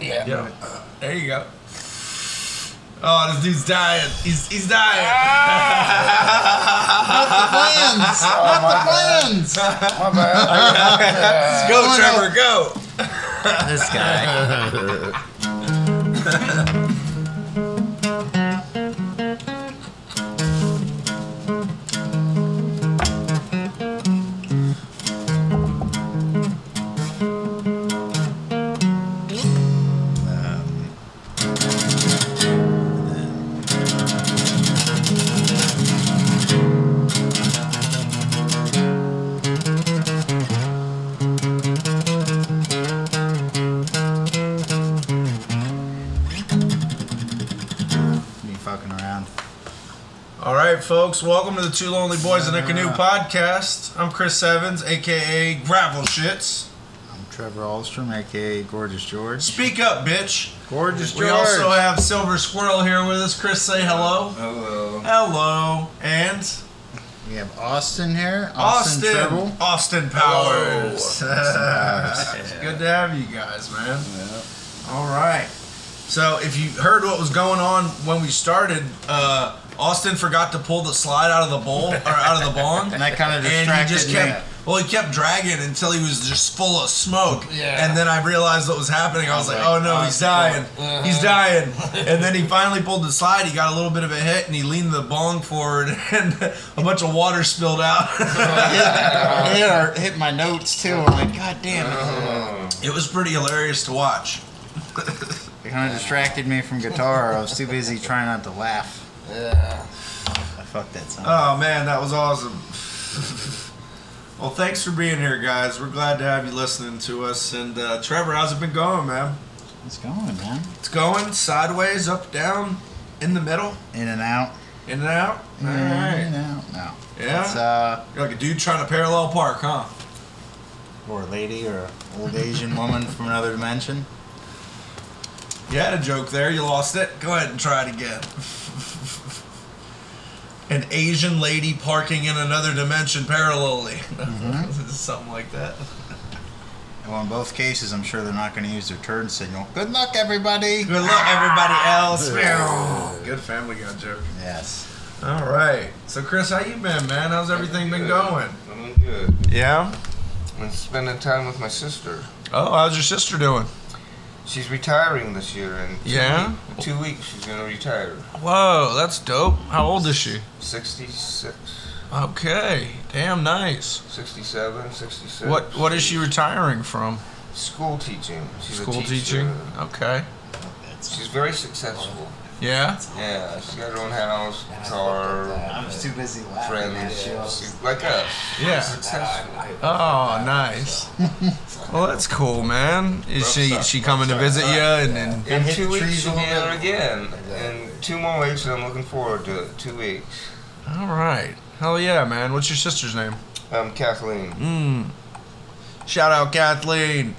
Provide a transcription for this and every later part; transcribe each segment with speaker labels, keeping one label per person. Speaker 1: Yeah.
Speaker 2: Yeah. There you go. Oh, this dude's dying. He's he's dying.
Speaker 3: plans. Not the plans.
Speaker 1: My bad.
Speaker 2: Go,
Speaker 3: Oh, no.
Speaker 2: Trevor. Go.
Speaker 4: This guy.
Speaker 3: Me fucking around.
Speaker 2: All right, folks. Welcome to the Two Lonely Boys in a Canoe podcast. I'm Chris Evans, aka Gravel Shits.
Speaker 3: I'm Trevor Alstrom, aka Gorgeous George.
Speaker 2: Speak up, bitch.
Speaker 3: Gorgeous George.
Speaker 2: We also have Silver Squirrel here with us. Chris, say hello.
Speaker 1: Hello.
Speaker 3: Oh.
Speaker 2: Hello. And
Speaker 3: we have Austin here. Austin,
Speaker 2: Austin.
Speaker 3: Uh, Treble.
Speaker 2: Austin, Powers.
Speaker 3: Powers.
Speaker 2: Good to have you guys, man.
Speaker 1: Yeah.
Speaker 2: All right. So if you heard what was going on when we started, uh, Austin forgot to pull the slide out of the bowl or out of the bong,
Speaker 3: And that kind of distracted
Speaker 2: and he just
Speaker 3: me.
Speaker 2: kept. Well, he kept dragging until he was just full of smoke.
Speaker 1: Yeah.
Speaker 2: And then I realized what was happening. I was like,
Speaker 3: like,
Speaker 2: "Oh no,
Speaker 3: oh,
Speaker 2: he's dying!
Speaker 1: fuck.
Speaker 2: He's dying!" And then he finally pulled the slide. He got a little bit of a hit, and he leaned the bong forward, and a bunch of water spilled out.
Speaker 3: Uh-huh. I hit, our, hit my notes too. I'm like, God damn it.
Speaker 2: It was pretty hilarious to watch.
Speaker 3: It kind of distracted me from guitar. I was too busy trying not to laugh.
Speaker 1: Yeah.
Speaker 3: I fucked that song.
Speaker 2: Oh man, that was awesome. well, thanks for being here, guys. We're glad to have you listening to us. And uh, Trevor, how's it been going, man?
Speaker 3: It's going, man.
Speaker 2: It's going sideways, up, down, in the middle,
Speaker 3: In and out.
Speaker 2: in and out.
Speaker 3: In
Speaker 2: All
Speaker 3: and
Speaker 2: right.
Speaker 3: out. No. It's,
Speaker 2: Yeah.
Speaker 3: uh,
Speaker 2: You're like a dude trying to parallel park, huh?
Speaker 3: or a lady or an old Asian woman from another dimension.
Speaker 2: You had a joke there. You lost it. Go ahead and try it again. An Asian lady parking in another dimension parallelly. Something like that.
Speaker 3: Well, in both cases, I'm sure they're not going to use their turn signal. Good luck, everybody.
Speaker 2: Good luck, everybody else. Good Family Guy joke.
Speaker 3: Yes.
Speaker 2: All right. So, Chris, how you been, man? How's everything been
Speaker 1: Good.
Speaker 2: going?
Speaker 1: I'm good.
Speaker 2: Yeah.
Speaker 1: Been spending time with my sister.
Speaker 2: Oh, how's your sister doing?
Speaker 1: She's retiring this year, and
Speaker 2: Yeah.
Speaker 1: in two weeks she's gonna retire.
Speaker 2: Whoa, that's dope. How old is she?
Speaker 1: 66,
Speaker 2: Okay. Damn, nice.
Speaker 1: 67, 66.
Speaker 2: What What is she retiring from?
Speaker 1: School teaching. She's
Speaker 2: School
Speaker 1: a teacher.
Speaker 2: teaching. Okay.
Speaker 1: She's very successful.
Speaker 2: Yeah.
Speaker 1: Yeah, she's got her own house, car,
Speaker 3: I was too busy laughing at
Speaker 1: friends.
Speaker 3: you. I was-
Speaker 1: She's like us.
Speaker 2: Yeah.
Speaker 1: Successful.
Speaker 2: Oh, nice. Well, that's cool, man. Is she she coming to visit you? And then
Speaker 1: In
Speaker 3: hit
Speaker 1: two
Speaker 3: the
Speaker 1: weeks
Speaker 3: trees
Speaker 1: she'll
Speaker 3: a
Speaker 1: be
Speaker 3: little
Speaker 1: there
Speaker 3: bit.
Speaker 1: again. And two more weeks, and I'm looking forward to it. Two weeks.
Speaker 2: all right. Hell yeah, man. What's your sister's name?
Speaker 1: Um, Kathleen.
Speaker 2: Mm. Shout out Kathleen.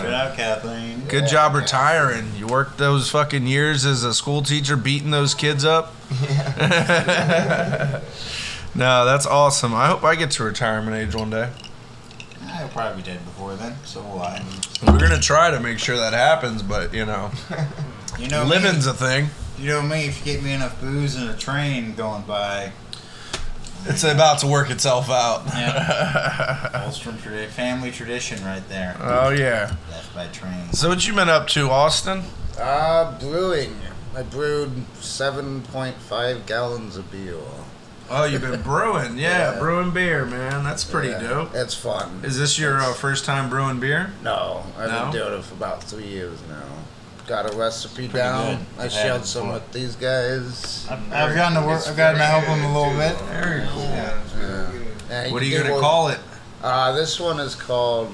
Speaker 3: Good out, Kathleen.
Speaker 2: Good job retiring. You worked those fucking years as a school teacher beating those kids up. no, that's awesome. I hope I get to retirement age one day.
Speaker 3: I probably did before then, so will I.
Speaker 2: We're gonna try to make sure that happens, but you know,
Speaker 3: You know,
Speaker 2: living's
Speaker 3: me,
Speaker 2: a thing.
Speaker 3: you know me. If you get me enough booze and a train going by,
Speaker 2: It's about to work itself out.
Speaker 3: Ulstrom tradi- family tradition right there.
Speaker 2: oh yeah.
Speaker 3: Left by train.
Speaker 2: So what you been up to, Austin?
Speaker 5: Uh, brewing. I brewed 7.5 gallons of beer.
Speaker 2: Oh, you've been brewing. Yeah,
Speaker 5: Yeah.
Speaker 2: brewing beer, man. That's pretty
Speaker 5: Yeah,
Speaker 2: dope.
Speaker 5: It's fun.
Speaker 2: Is this your uh, first time brewing beer?
Speaker 5: no, I've
Speaker 2: No?
Speaker 5: been doing it for about three years now. Got a recipe down.
Speaker 3: good.
Speaker 5: I
Speaker 3: I've had
Speaker 5: shared
Speaker 3: it
Speaker 5: some
Speaker 3: before.
Speaker 5: with these guys.
Speaker 3: I've, I've gotten to work. I've gotten to help him a little bit.
Speaker 2: Very cool.
Speaker 1: Yeah, it's very good.
Speaker 5: And
Speaker 2: What are
Speaker 5: can
Speaker 2: you
Speaker 5: do
Speaker 2: gonna
Speaker 5: one-
Speaker 2: call it?
Speaker 5: Uh, this one is called.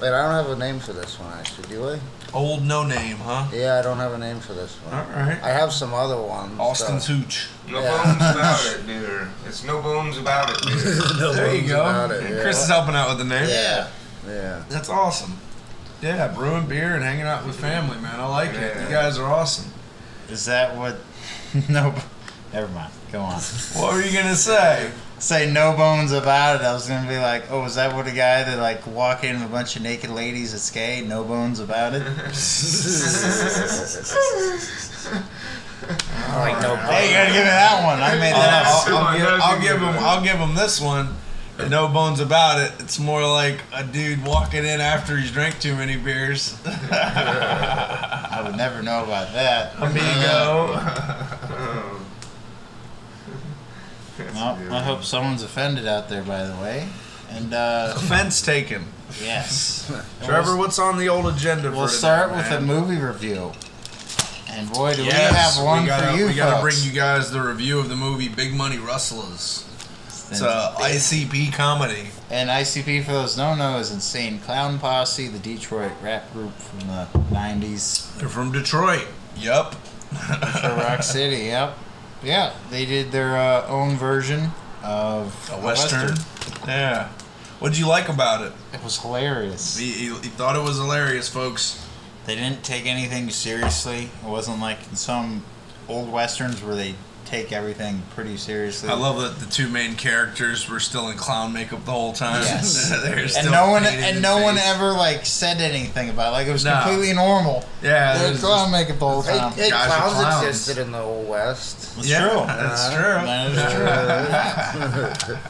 Speaker 5: Wait, I don't have a name for this one actually, do I?
Speaker 2: Old no name, huh?
Speaker 5: Yeah, I don't have a name for this one.
Speaker 2: All right.
Speaker 5: I have some other ones.
Speaker 2: Austin's
Speaker 5: so-
Speaker 2: Hooch.
Speaker 1: No
Speaker 5: Yeah.
Speaker 1: bones about it, dear. It's no bones about it, dear.
Speaker 5: No
Speaker 2: There you
Speaker 5: one's
Speaker 2: go.
Speaker 5: about it, yeah.
Speaker 2: Chris is helping out with the name.
Speaker 5: Yeah. Yeah.
Speaker 2: That's awesome. Yeah, brewing beer and hanging out with family, man. I like it. You guys are awesome.
Speaker 3: Is that what? no, Never mind. Go on.
Speaker 2: What were you gonna say?
Speaker 3: Say no bones about it. I was gonna be like, oh, is that what a guy that like walk in with a bunch of naked ladies that's gay? No bones about it.
Speaker 4: like no
Speaker 3: hey, you gotta give me that one. I made that up.
Speaker 2: I'll, I'll,
Speaker 1: Come on,
Speaker 2: give,
Speaker 1: that was
Speaker 2: I'll
Speaker 1: a
Speaker 2: give
Speaker 1: good
Speaker 2: him.
Speaker 1: one.
Speaker 2: I'll give him this one. No bones about it. It's more like a dude walking in after he's drank too many beers.
Speaker 3: I would never know about that.
Speaker 2: Uh,
Speaker 3: Uh,
Speaker 2: Amigo.
Speaker 3: Well, I hope someone's offended out there, by the way. And uh,
Speaker 2: Offense taken.
Speaker 3: yes,
Speaker 2: Trevor, what's on the old agenda
Speaker 3: we'll
Speaker 2: for today,
Speaker 3: start with
Speaker 2: man?
Speaker 3: a movie review. And boy, do
Speaker 2: Yes,
Speaker 3: we have one
Speaker 2: we gotta,
Speaker 3: for you
Speaker 2: We gotta bring
Speaker 3: folks.
Speaker 2: you guys the review of the movie Big Money Rustlers. It's
Speaker 3: And-
Speaker 2: a ICP comedy.
Speaker 3: And ICP, for those don't know, is Insane Clown Posse, the Detroit rap group from the 90s.
Speaker 2: They're from Detroit. Yup.
Speaker 3: For Rock City, yep. Yeah, they did their uh, own version of
Speaker 2: A western. Yeah. What'd you like about it?
Speaker 3: It was hilarious.
Speaker 2: He, he, he thought it was hilarious, folks.
Speaker 3: They didn't take anything seriously. It wasn't like in some old westerns where they take everything pretty seriously.
Speaker 2: I love that the two main characters were still in clown makeup the whole time.
Speaker 3: Yes.
Speaker 2: They're
Speaker 3: and
Speaker 2: still
Speaker 3: no one
Speaker 2: painted
Speaker 3: and
Speaker 2: in
Speaker 3: no one
Speaker 2: face.
Speaker 3: ever like said anything about it. Like it was
Speaker 2: No.
Speaker 3: completely normal.
Speaker 2: Yeah,
Speaker 3: They
Speaker 2: there's-
Speaker 3: clown makeup the whole
Speaker 5: Hey,
Speaker 3: time.
Speaker 5: hey,
Speaker 2: guys are
Speaker 5: clowns,
Speaker 2: clowns.
Speaker 5: existed in the old west.
Speaker 3: It's
Speaker 2: yeah,
Speaker 3: true.
Speaker 2: That's
Speaker 5: Uh-huh.
Speaker 2: true.
Speaker 3: That is true.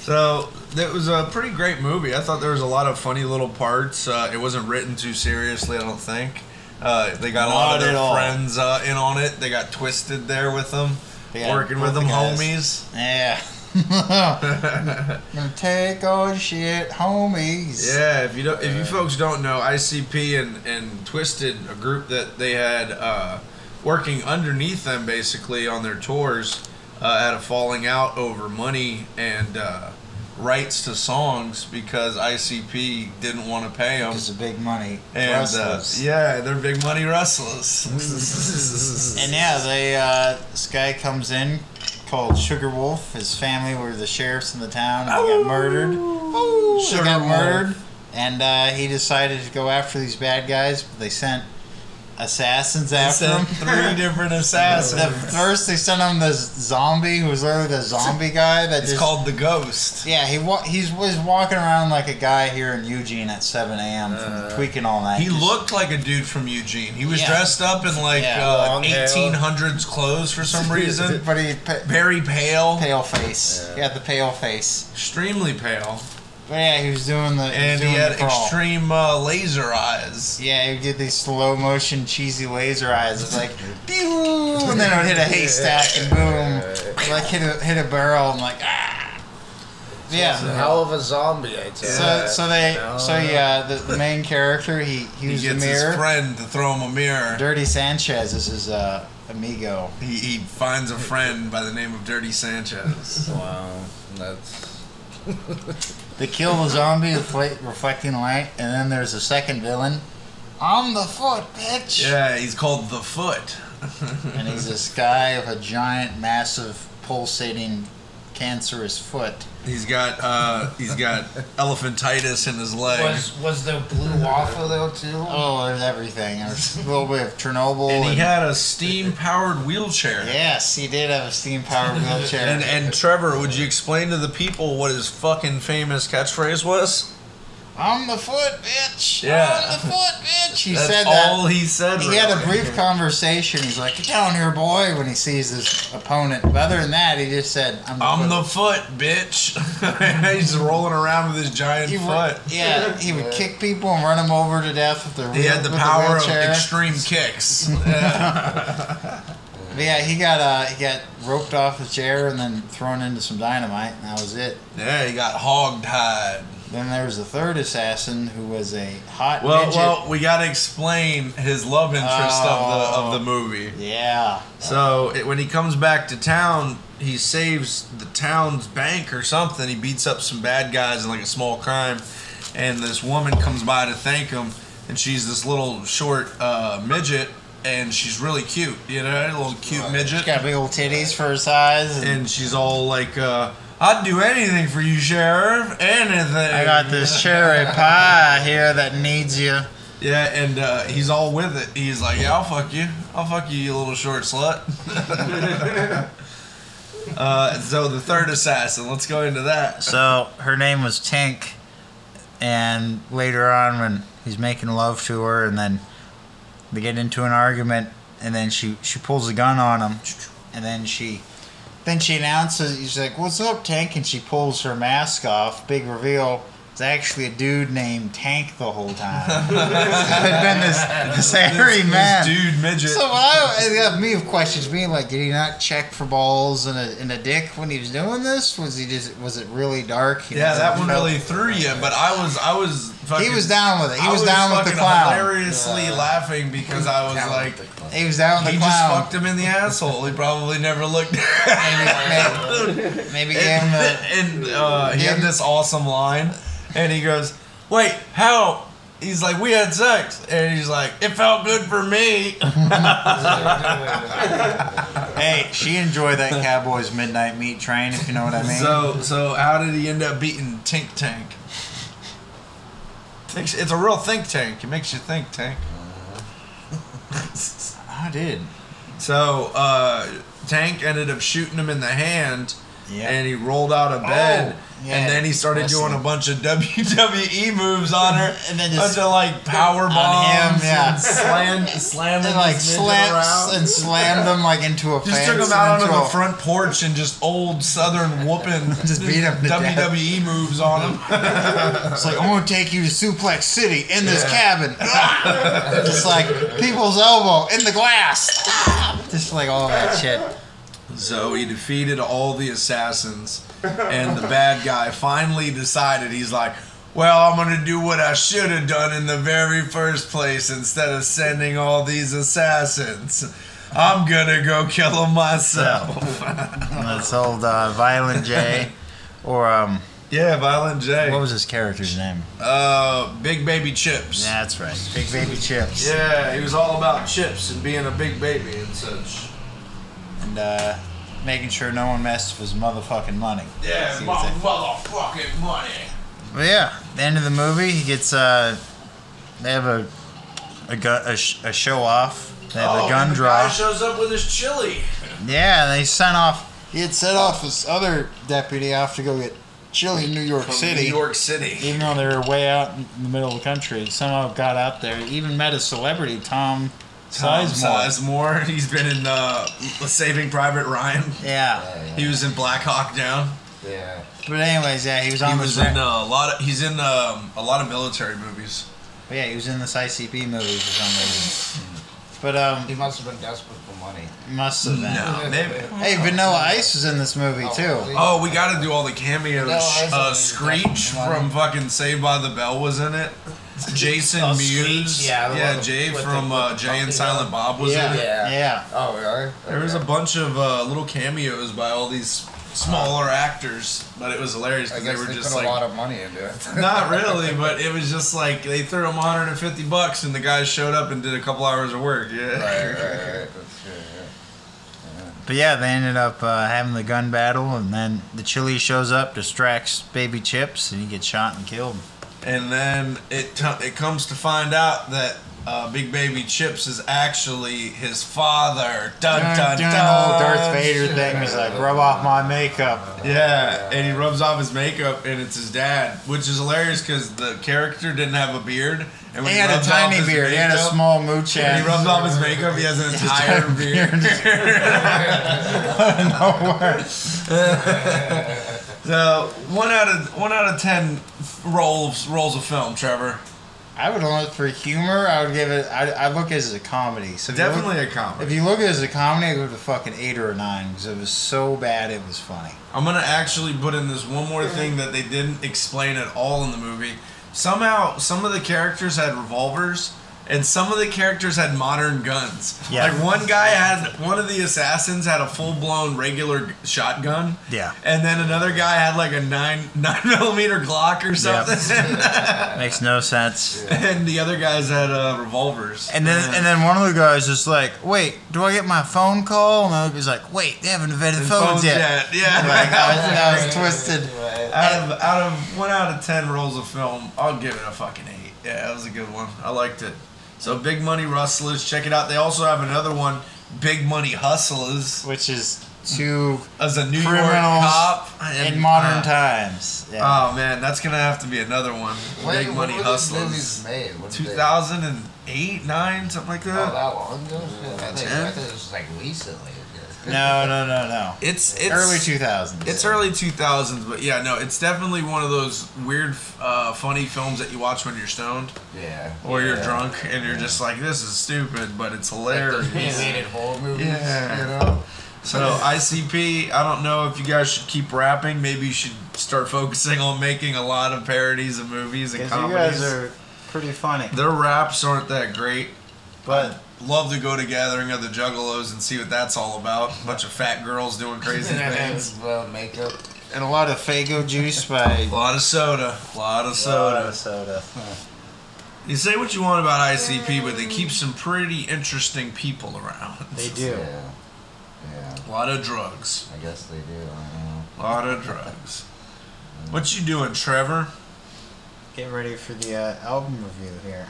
Speaker 2: So it was a pretty great movie. I thought there was a lot of funny little parts. Uh, it wasn't written too seriously, I don't think. Uh, they got a lot
Speaker 3: Not
Speaker 2: of their
Speaker 3: at all.
Speaker 2: friends uh, in on it. They got twisted there with them,
Speaker 3: Yeah,
Speaker 2: working with them,
Speaker 3: perfect
Speaker 2: homies.
Speaker 3: Yeah. I'm gonna take all your shit, homies.
Speaker 2: Yeah, if you don't, if you folks don't know, ICP and and Twisted, a group that they had uh, working underneath them basically on their tours, uh, had a falling out over money and uh, rights to songs because ICP didn't want to pay them.
Speaker 3: Because of big money.
Speaker 2: And uh,
Speaker 3: wrestlers.
Speaker 2: yeah, they're big money rustlers.
Speaker 3: And yeah, they uh, this guy comes in called Sugar Wolf. His family were the sheriffs in the town. And they got murdered. Sugar got
Speaker 2: Oh! Wolf.
Speaker 3: murdered, and uh, he decided to go after these bad guys. But they sent assassins after
Speaker 2: Sent
Speaker 3: him.
Speaker 2: three different
Speaker 3: The
Speaker 2: assassins.
Speaker 3: first, they sent him this zombie who was literally the zombie guy that
Speaker 2: It's
Speaker 3: just
Speaker 2: called the ghost.
Speaker 3: Yeah, he wa- he's was walking around like a guy here in Eugene at 7 a.m. from tweaking all night.
Speaker 2: Uh, He
Speaker 3: Just-
Speaker 2: looked like a dude from Eugene. He was
Speaker 3: Yeah.
Speaker 2: dressed up in like
Speaker 3: Yeah,
Speaker 2: uh,
Speaker 5: long hair.
Speaker 2: 1800s clothes for some reason.
Speaker 3: but he pa-
Speaker 2: Very pale,
Speaker 3: pale face.
Speaker 5: Yeah.
Speaker 3: He had the pale face.
Speaker 2: extremely pale,
Speaker 3: But yeah, he was doing the he was
Speaker 2: and he
Speaker 3: doing
Speaker 2: had
Speaker 3: the crawl.
Speaker 2: extreme uh, laser eyes.
Speaker 3: Yeah, he would get these slow motion cheesy laser eyes. It's like, pew, and then it would hit a haystack and boom, like hit a hit a barrel and like ah.
Speaker 5: It's a
Speaker 3: Yeah.
Speaker 5: hell of a zombie, I tell
Speaker 3: So
Speaker 5: you.
Speaker 3: so they
Speaker 5: No.
Speaker 3: so yeah the, the main character he he
Speaker 2: He
Speaker 3: was the
Speaker 2: gets his
Speaker 3: mirror.
Speaker 2: friend to throw him a mirror.
Speaker 3: Dirty Sanchez is his uh, amigo.
Speaker 2: He, he finds a friend by the name of Dirty Sanchez.
Speaker 5: Wow, that's
Speaker 3: They kill the zombie with fla- reflecting light, and then there's a second villain. I'm the foot, bitch.
Speaker 2: Yeah, he's called the Foot.
Speaker 3: And he's this guy with a giant, massive, pulsating, cancerous foot.
Speaker 2: He's got uh, he's got elephantitis in his leg.
Speaker 4: was was the blue waffle though too?
Speaker 3: Oh, there's everything. There's a little bit of Chernobyl.
Speaker 2: and he
Speaker 3: and-
Speaker 2: had a steam powered wheelchair.
Speaker 3: yes, he did have a steam powered wheelchair.
Speaker 2: And and Trevor, would you explain to the people what his fucking famous catchphrase was?
Speaker 3: I'm the foot, bitch.
Speaker 2: Yeah.
Speaker 3: I'm the foot, bitch. He
Speaker 2: That's
Speaker 3: said
Speaker 2: all
Speaker 3: that.
Speaker 2: he said.
Speaker 3: He had a
Speaker 2: really.
Speaker 3: brief conversation. He's like, "Get down here, boy," when he sees his opponent. But other than that, he just said, "I'm the
Speaker 2: I'm
Speaker 3: foot."
Speaker 2: the foot, bitch. he's rolling around with his giant
Speaker 3: He would,
Speaker 2: foot.
Speaker 3: yeah, he would kick people and run them over to death with their
Speaker 2: He had the
Speaker 3: with
Speaker 2: power of
Speaker 3: wheelchair.
Speaker 2: extreme kicks.
Speaker 3: But yeah, he got uh, he got roped off the chair and then thrown into some dynamite, and that was it.
Speaker 2: yeah, he got hog tied.
Speaker 3: Then there was the third assassin who was a hot
Speaker 2: Well,
Speaker 3: midget.
Speaker 2: well, we gotta explain his love interest of the
Speaker 3: Oh.
Speaker 2: of the movie.
Speaker 3: yeah,
Speaker 2: So it, when he comes back to town, he saves the town's bank or something. He beats up some bad guys in like a small crime, and this woman comes by to thank him, and she's this little short uh, midget, and she's really cute, you know, a little cute
Speaker 3: he's
Speaker 2: midget,
Speaker 3: got big old titties for his size. And,
Speaker 2: and she's all like, uh, "I'd do anything for you, sheriff, anything."
Speaker 3: I got this cherry pie here that needs you.
Speaker 2: Yeah, and uh, he's all with it. He's like, "Yeah, I'll fuck you. I'll fuck you, you little short slut." uh, so the third assassin. Let's go into that.
Speaker 3: So her name was Tink, and later on, when he's making love to her, and then they get into an argument, and then she she pulls a gun on him, and then she then she announces she's like, "What's up, Tank?" and she pulls her mask off. Big reveal. It's actually a dude named Tank the whole time. Had been this, this hairy
Speaker 2: This
Speaker 3: man.
Speaker 2: dude midget.
Speaker 3: So I, I got me of questions being like, did he not check for balls and a, and a dick when he was doing this? Was he just was it really dark? He
Speaker 2: yeah,
Speaker 3: was-
Speaker 2: that one really threw you. But I was, I was. Fucking,
Speaker 3: He was down with it. He
Speaker 2: I
Speaker 3: was, down with the
Speaker 2: fucking
Speaker 3: clown.
Speaker 2: Hilariously laughing because I was like,
Speaker 3: He was down with
Speaker 2: he
Speaker 3: the
Speaker 2: just
Speaker 3: clown.
Speaker 2: fucked him in the asshole. He probably never looked.
Speaker 3: Maybe, maybe gave him the.
Speaker 2: and uh, he had
Speaker 3: Yeah.
Speaker 2: this awesome line, and he goes, "Wait, how?" He's like, "We had sex," and he's like, "It felt good for me."
Speaker 3: Hey, she enjoyed that Cowboys midnight meat train, if you know what I mean.
Speaker 2: So, so how did he end up beating Tink Tank? It's, it's a real think tank. It makes you think tank.
Speaker 3: I did.
Speaker 2: So, uh, Tank ended up shooting him in the hand,
Speaker 3: Yeah. Oh,
Speaker 2: and he rolled out of bed.
Speaker 3: yeah,
Speaker 2: and then he started
Speaker 3: wrestling.
Speaker 2: doing a bunch of WWE moves on her,
Speaker 3: And then
Speaker 2: bunch
Speaker 3: just-
Speaker 2: of like power
Speaker 3: him,
Speaker 2: bombs,
Speaker 3: yeah.
Speaker 2: and slam, slamming,
Speaker 3: And like
Speaker 2: this midget
Speaker 3: slaps
Speaker 2: around.
Speaker 3: and slammed them like into a
Speaker 2: Just
Speaker 3: fence.
Speaker 2: took him
Speaker 3: and
Speaker 2: out onto
Speaker 3: into
Speaker 2: the
Speaker 3: a-
Speaker 2: front porch and just old Southern whooping.
Speaker 3: Just beat him to death.
Speaker 2: WWE moves on him.
Speaker 3: It's like I'm gonna take you to Suplex City in this cabin. Ah! just like people's elbow in the glass. Ah! Just like all that shit.
Speaker 2: So he defeated all the assassins, and the bad guy finally decided he's like, well, I'm gonna do what I should have done in the very first place instead of sending all these assassins. I'm gonna go kill them myself.
Speaker 3: That's old uh, Violent J, or um,
Speaker 2: yeah, Violent J.
Speaker 3: what was his character's name?
Speaker 2: uh, Big Baby Chips.
Speaker 3: Yeah, that's right. Big Baby Chips.
Speaker 2: Yeah, he was all about chips and being a big baby and such.
Speaker 3: And uh, making sure no one messed with his motherfucking money.
Speaker 2: Yeah,
Speaker 3: See
Speaker 2: my
Speaker 3: what's that?
Speaker 2: motherfucking money.
Speaker 3: Well, yeah, the end of the movie, he gets uh, they have a a, gu- a, sh- a show off. They have a
Speaker 2: Oh,
Speaker 3: gun
Speaker 2: the
Speaker 3: draw.
Speaker 2: Guy shows up with his chili.
Speaker 3: Yeah, and they sent off. He had sent off this other deputy off to go get chili in New York
Speaker 2: From
Speaker 3: City.
Speaker 2: New York City.
Speaker 3: Even though they were way out in the middle of the country, somehow got out there. Even met a celebrity, Tom, Sizemore.
Speaker 2: Sizemore. He's been in uh, Saving Private Ryan.
Speaker 3: Yeah.
Speaker 2: He was in Black Hawk Down.
Speaker 5: Yeah.
Speaker 3: But anyways, yeah, he was on
Speaker 2: He
Speaker 3: this.
Speaker 2: was in uh, a lot of. He's in um, a lot of military movies.
Speaker 3: yeah, he was in this ICP movie for some reason. But um,
Speaker 5: He must have been desperate for money.
Speaker 3: must have been.
Speaker 2: No, maybe.
Speaker 3: Hey, Vanilla Ice was in this movie too.
Speaker 2: Oh, we gotta do all the cameos.
Speaker 4: No, I
Speaker 2: uh,
Speaker 4: saw
Speaker 2: Screech
Speaker 4: that.
Speaker 2: from fucking Saved by the Bell was in it. Jason
Speaker 4: Oh,
Speaker 2: Mewes.
Speaker 4: Screech, yeah, the one with-
Speaker 2: Jay
Speaker 4: with the-
Speaker 2: from uh,
Speaker 4: with the
Speaker 2: Jay and
Speaker 4: puppy
Speaker 2: Silent Bob was in it.
Speaker 5: Yeah.
Speaker 3: Yeah.
Speaker 5: Oh, really?
Speaker 2: There was a bunch of uh, little cameos by all these smaller actors, but it was hilarious
Speaker 5: I
Speaker 2: because they
Speaker 5: guess
Speaker 2: were
Speaker 5: they,
Speaker 2: just
Speaker 5: put
Speaker 2: like.
Speaker 5: a lot of money into it.
Speaker 2: not really, but it was just like they threw him 150 bucks, and the guy showed up and did a couple hours of work. Yeah.
Speaker 5: right, right, right. That's true. Yeah.
Speaker 3: But yeah, they ended up uh, having the gun battle, and then the chili shows up, distracts Baby Chips, and he gets shot and killed.
Speaker 2: And then it t- it comes to find out that uh, Big Baby Chips is actually his father. Dun
Speaker 3: Doing,
Speaker 2: dun dun.
Speaker 3: doing the whole Oh, Darth Vader thing. He's like, rub off my makeup.
Speaker 2: Yeah, and he rubs off his makeup, and it's his dad, which is hilarious because the character didn't have a beard. And
Speaker 3: He had a
Speaker 2: rubs off
Speaker 3: tiny
Speaker 2: his
Speaker 3: beard. He had a
Speaker 2: makeup-
Speaker 3: small mooch
Speaker 2: When
Speaker 3: ass.
Speaker 2: he rubs off his makeup, he has an entire beard.
Speaker 3: Nowhere.
Speaker 2: so one out of one out of ten rolls rolls of film, Trevor.
Speaker 3: I would look for humor. I would give it. I, I look at it as a comedy. So if you look-
Speaker 2: Definitely a comedy.
Speaker 3: If you look at it as a comedy, I give it a fucking eight or a nine because it was so bad it was funny.
Speaker 2: I'm gonna actually put in this one more thing that they didn't explain at all in the movie. Somehow, some of the characters had revolvers, and some of the characters had modern guns.
Speaker 3: Yeah.
Speaker 2: Like one guy had one of the assassins had a full blown regular shotgun.
Speaker 3: Yeah.
Speaker 2: And then another guy had like a nine nine millimeter Glock or something.
Speaker 3: Makes no sense.
Speaker 2: and the other guys had uh, revolvers.
Speaker 3: And then and then one of the guys is like, "Wait, do I get my phone call?" And the other guy's like, "Wait, they haven't invented phones, yet."
Speaker 2: Yeah.
Speaker 3: Like I was, I was twisted.
Speaker 2: out of out of one out of ten rolls of film, I'll give it a fucking eight. Yeah, that was a good one. I liked it. So Big Money Rustlers, check it out. They also have another one, Big Money Hustlers,
Speaker 3: which is two
Speaker 2: as a New York
Speaker 3: Criminals
Speaker 2: cop and,
Speaker 3: in modern
Speaker 2: uh,
Speaker 3: times. Yeah.
Speaker 2: Oh man, that's gonna have to be another one.
Speaker 5: When-
Speaker 2: Big
Speaker 5: when
Speaker 2: Money
Speaker 5: were these
Speaker 2: Hustlers,
Speaker 5: movies made? What did they-
Speaker 2: 2008, nine, something like
Speaker 4: Oh,
Speaker 2: that.
Speaker 4: that long ago? Shit, I think- I
Speaker 2: Yeah.
Speaker 4: thought it was like recently.
Speaker 3: no, no, no, no.
Speaker 2: It's it's
Speaker 3: Early two thousands.
Speaker 2: It's early 2000s, but yeah, no, it's definitely one of those weird, uh, funny films that you watch when you're stoned
Speaker 4: Yeah.
Speaker 2: or you're
Speaker 4: Yeah.
Speaker 2: drunk and you're just like, this is stupid, but it's hilarious.
Speaker 4: Animated horror movies.
Speaker 2: Yeah.
Speaker 4: You know?
Speaker 2: So ICP, I don't know if you guys should keep rapping. Maybe you should start focusing on making a lot of parodies of movies and
Speaker 3: because you
Speaker 2: comedies.
Speaker 3: guys are pretty funny,
Speaker 2: Their raps aren't that great.
Speaker 3: but
Speaker 2: Love to go to Gathering of the Juggalos and see what that's all about. bunch of fat girls doing crazy things.
Speaker 4: And, uh, makeup.
Speaker 3: and a lot of Fago juice by
Speaker 2: A lot of soda. A lot of soda.
Speaker 3: Soda. Soda.
Speaker 2: You say what you want about ICP, but they keep some pretty interesting people around.
Speaker 3: They do.
Speaker 4: Yeah. Yeah.
Speaker 2: A lot of drugs.
Speaker 4: I guess they do. I don't know.
Speaker 2: A lot of drugs. What you doing, Trevor?
Speaker 3: Get ready for the uh, album review here.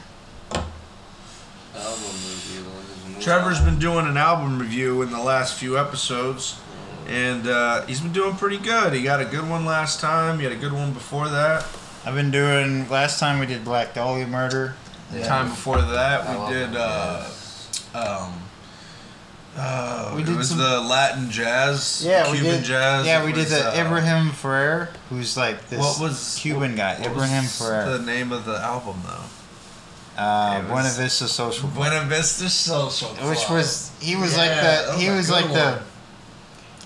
Speaker 1: Album review. This is a new
Speaker 2: Trevor's
Speaker 1: album.
Speaker 2: been doing an album review in the last few episodes, and uh, he's been doing pretty good. He got a good one last time. He had a good one before that.
Speaker 3: I've been doing. Last time we did Black Dahlia Murder.
Speaker 2: The time before
Speaker 4: I
Speaker 2: that,
Speaker 4: love
Speaker 2: we did.
Speaker 4: it,
Speaker 2: Uh, um, uh,
Speaker 3: We
Speaker 2: it
Speaker 3: did
Speaker 2: was
Speaker 3: some-
Speaker 2: the Latin jazz,
Speaker 3: Yeah,
Speaker 2: Cuban
Speaker 3: we did.
Speaker 2: jazz.
Speaker 3: yeah,
Speaker 2: It
Speaker 3: we
Speaker 2: was,
Speaker 3: did the
Speaker 2: uh,
Speaker 3: Ibrahim Ferrer, who's like this
Speaker 2: What was
Speaker 3: Cuban guy.
Speaker 2: what
Speaker 3: Ibrahim
Speaker 2: was
Speaker 3: Ferrer.
Speaker 2: The name of the album, though.
Speaker 3: uh,
Speaker 2: it was-
Speaker 3: Buena Vista Social Club,
Speaker 2: Buena Vista Social Club.
Speaker 3: which was he was
Speaker 2: Yeah,
Speaker 3: like
Speaker 2: that
Speaker 3: the
Speaker 2: was
Speaker 3: he
Speaker 2: a
Speaker 3: was
Speaker 2: good
Speaker 3: like the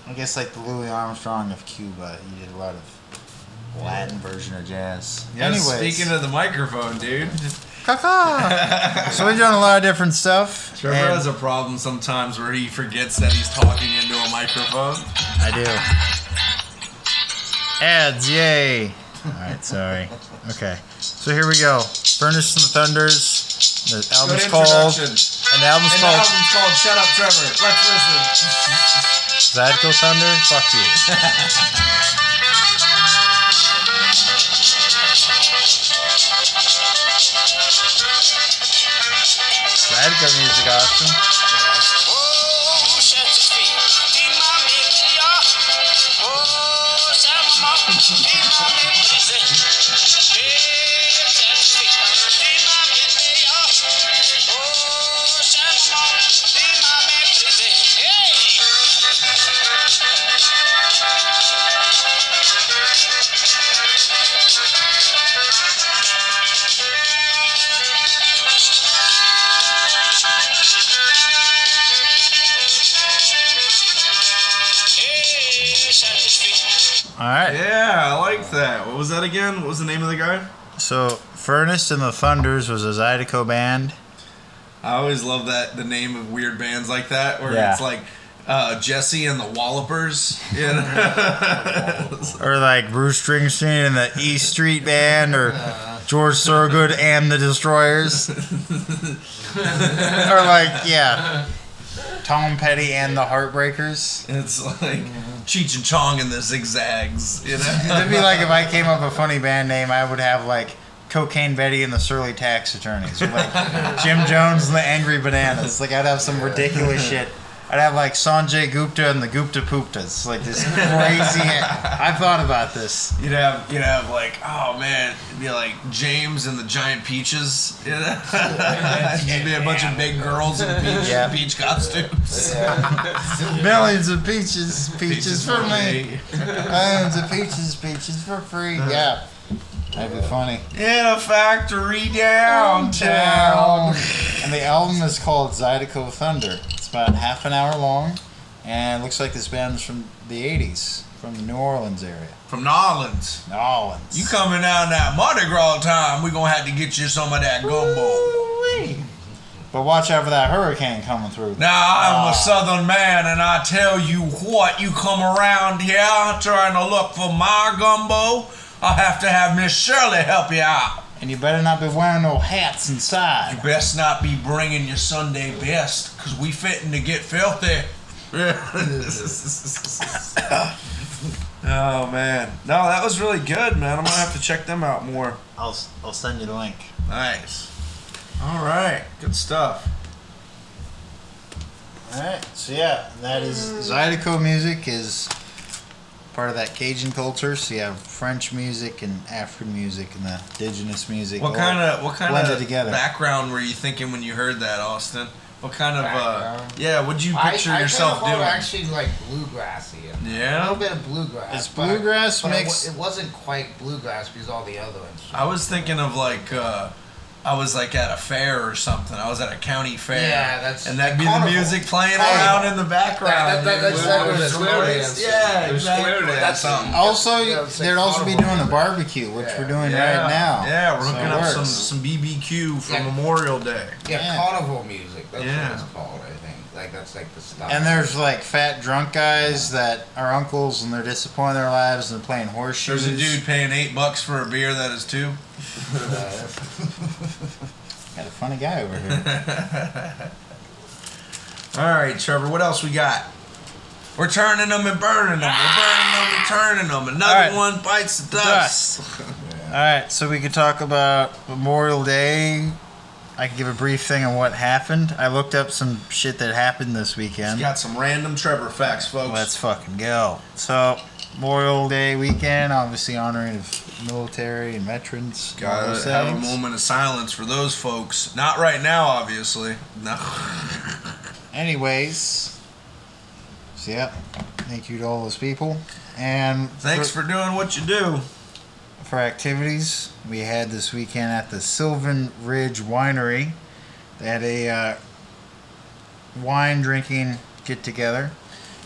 Speaker 3: I guess like the Louis Armstrong of Cuba. He did a lot of Latin version of jazz.
Speaker 2: Yeah,
Speaker 3: Anyways,
Speaker 2: speaking of the microphone, dude,
Speaker 3: Caca. so we're doing a lot of different stuff.
Speaker 2: Trevor
Speaker 3: and-
Speaker 2: has a problem sometimes where he forgets that he's talking into a microphone.
Speaker 3: I do. Ads, yay! Alright, sorry. Okay. So here we go. Furnace and the Thunders. The
Speaker 2: Good
Speaker 3: album's called.
Speaker 2: introduction.
Speaker 3: And the album's
Speaker 2: And the
Speaker 3: called
Speaker 2: album's called "Shut Up, Trevor." Let's listen.
Speaker 3: Zadko Thunder. Fuck you. Zadko music, Austin.
Speaker 6: Hey! Hey, satisfied.
Speaker 3: Alright.
Speaker 2: Yeah, I like that. What was that again? What was the name of the guy?
Speaker 3: So Furnace and the Thunders was a Zydeco band.
Speaker 2: I always love that the name of weird bands like that, where
Speaker 3: Yeah.
Speaker 2: it's like uh, Jesse and the Wallopers. You know?
Speaker 3: or like Bruce Springsteen and the E Street Band, or George Thorogood and the Destroyers, or like yeah, Tom Petty and the Heartbreakers.
Speaker 2: It's like Cheech and Chong and the Zigzags, you know?
Speaker 3: It'd be like if I came up with a funny band name, I would have like Cocaine Betty and the Surly Tax Attorneys, or like Jim Jones and the Angry Bananas. Like I'd have some ridiculous shit. I'd have like Sanjay Gupta and the Gupta Pooptas, like this crazy. I thought about this.
Speaker 2: You'd have, you'd have like, oh man, it'd be like James and the Giant Peaches, you know? It'd be a bunch of big girls in peach,
Speaker 3: Yeah.
Speaker 2: peach costumes.
Speaker 3: Millions of peaches, peaches, for me. Millions of peaches, peaches for free. Yeah. That'd be funny.
Speaker 2: In a factory
Speaker 3: Oh,
Speaker 2: downtown.
Speaker 3: And the album is called Zydeco Thunder. It's about half an hour long, and it looks like this band is from the 80s, from the New Orleans area.
Speaker 2: From Nolans.
Speaker 3: New Orleans.
Speaker 2: You coming down that Mardi Gras time, we gonna have to get you some of that gumbo.
Speaker 3: Ooh-wee. But watch out for that hurricane coming through.
Speaker 2: Now I'm
Speaker 3: Ah.
Speaker 2: a southern man and I tell you what, you come around here trying to look for my gumbo, I'll have to have Miss Shirley help you out.
Speaker 3: And you better not be wearing no hats inside.
Speaker 2: Best not be bringing your Sunday best, cause we fitting to get filthy. oh man, no, that was really good, man. I'm gonna have to check them out more.
Speaker 3: I'll, I'll send you the link.
Speaker 2: Nice. All right. Good stuff.
Speaker 3: All right. So yeah, that is Zydeco music is part of that Cajun culture. So you have French music and African music and the indigenous music.
Speaker 2: What
Speaker 3: all
Speaker 2: kind of what kind
Speaker 3: blended
Speaker 2: of
Speaker 3: together.
Speaker 2: background were you thinking when you heard that, Austin? What kind of uh,
Speaker 4: Background?
Speaker 2: yeah? Would you picture
Speaker 4: I, I
Speaker 2: yourself
Speaker 4: kind of
Speaker 2: doing?
Speaker 4: actually like bluegrassy. and- A little
Speaker 2: yeah,
Speaker 4: bit of bluegrass.
Speaker 3: It's
Speaker 4: but-
Speaker 3: bluegrass
Speaker 4: but it wa-
Speaker 3: mixed-
Speaker 4: It wasn't quite bluegrass because all the other ones.
Speaker 2: I was thinking of like uh, I was like at a fair or something. I was at a county fair.
Speaker 4: Yeah, that's-
Speaker 2: and that'd be the
Speaker 4: carnival.
Speaker 2: music playing
Speaker 4: Carnival.
Speaker 2: around in the
Speaker 5: That-
Speaker 2: background.
Speaker 5: that-
Speaker 2: dude.
Speaker 5: that's exactly
Speaker 2: With
Speaker 5: what it's
Speaker 2: the
Speaker 5: really
Speaker 2: noise.
Speaker 5: is.
Speaker 2: Yeah,
Speaker 5: It's
Speaker 2: exactly.
Speaker 5: clearly
Speaker 2: That's something.
Speaker 3: Also,
Speaker 5: Yeah, it's like
Speaker 3: they'd also be
Speaker 5: carnival
Speaker 3: doing a
Speaker 5: music.
Speaker 3: barbecue, which
Speaker 5: Yeah.
Speaker 3: we're doing
Speaker 2: yeah.
Speaker 3: right now.
Speaker 2: Yeah, we're
Speaker 3: So it
Speaker 2: hooking up some
Speaker 3: works.
Speaker 2: some BBQ for
Speaker 4: Yeah.
Speaker 2: Memorial Day.
Speaker 4: Yeah,
Speaker 3: Yeah.
Speaker 4: carnival music. That's
Speaker 2: Yeah.
Speaker 4: what it's called, I think. Like that's like the style.
Speaker 3: And there's like fat drunk guys that are uncles and they're disappointed in their lives and playing horseshoes.
Speaker 2: There's a dude paying eight bucks for a beer that is two.
Speaker 4: Uh,
Speaker 3: Got a funny guy over here.
Speaker 2: All right, Trevor, what else we got? We're turning them and burning them. We're burning them and turning them. Another
Speaker 3: All right.
Speaker 2: one bites the dust.
Speaker 3: All right, so we could talk about Memorial Day. I could give a brief thing on what happened. I looked up some shit that happened this
Speaker 2: He's
Speaker 3: weekend.
Speaker 2: got some random Trevor facts, folks.
Speaker 3: Let's fucking go. So Memorial Day weekend, obviously honoring of military and veterans. and all
Speaker 2: Gotta
Speaker 3: those
Speaker 2: have a
Speaker 3: things.
Speaker 2: moment of silence for those folks. Not right now, obviously. No.
Speaker 3: Anyways, so yep. Thank you to all those people. And
Speaker 2: Thanks for doing what you do.
Speaker 3: for activities we had this weekend at the Sylvan Ridge Winery. They had a uh, wine drinking get together.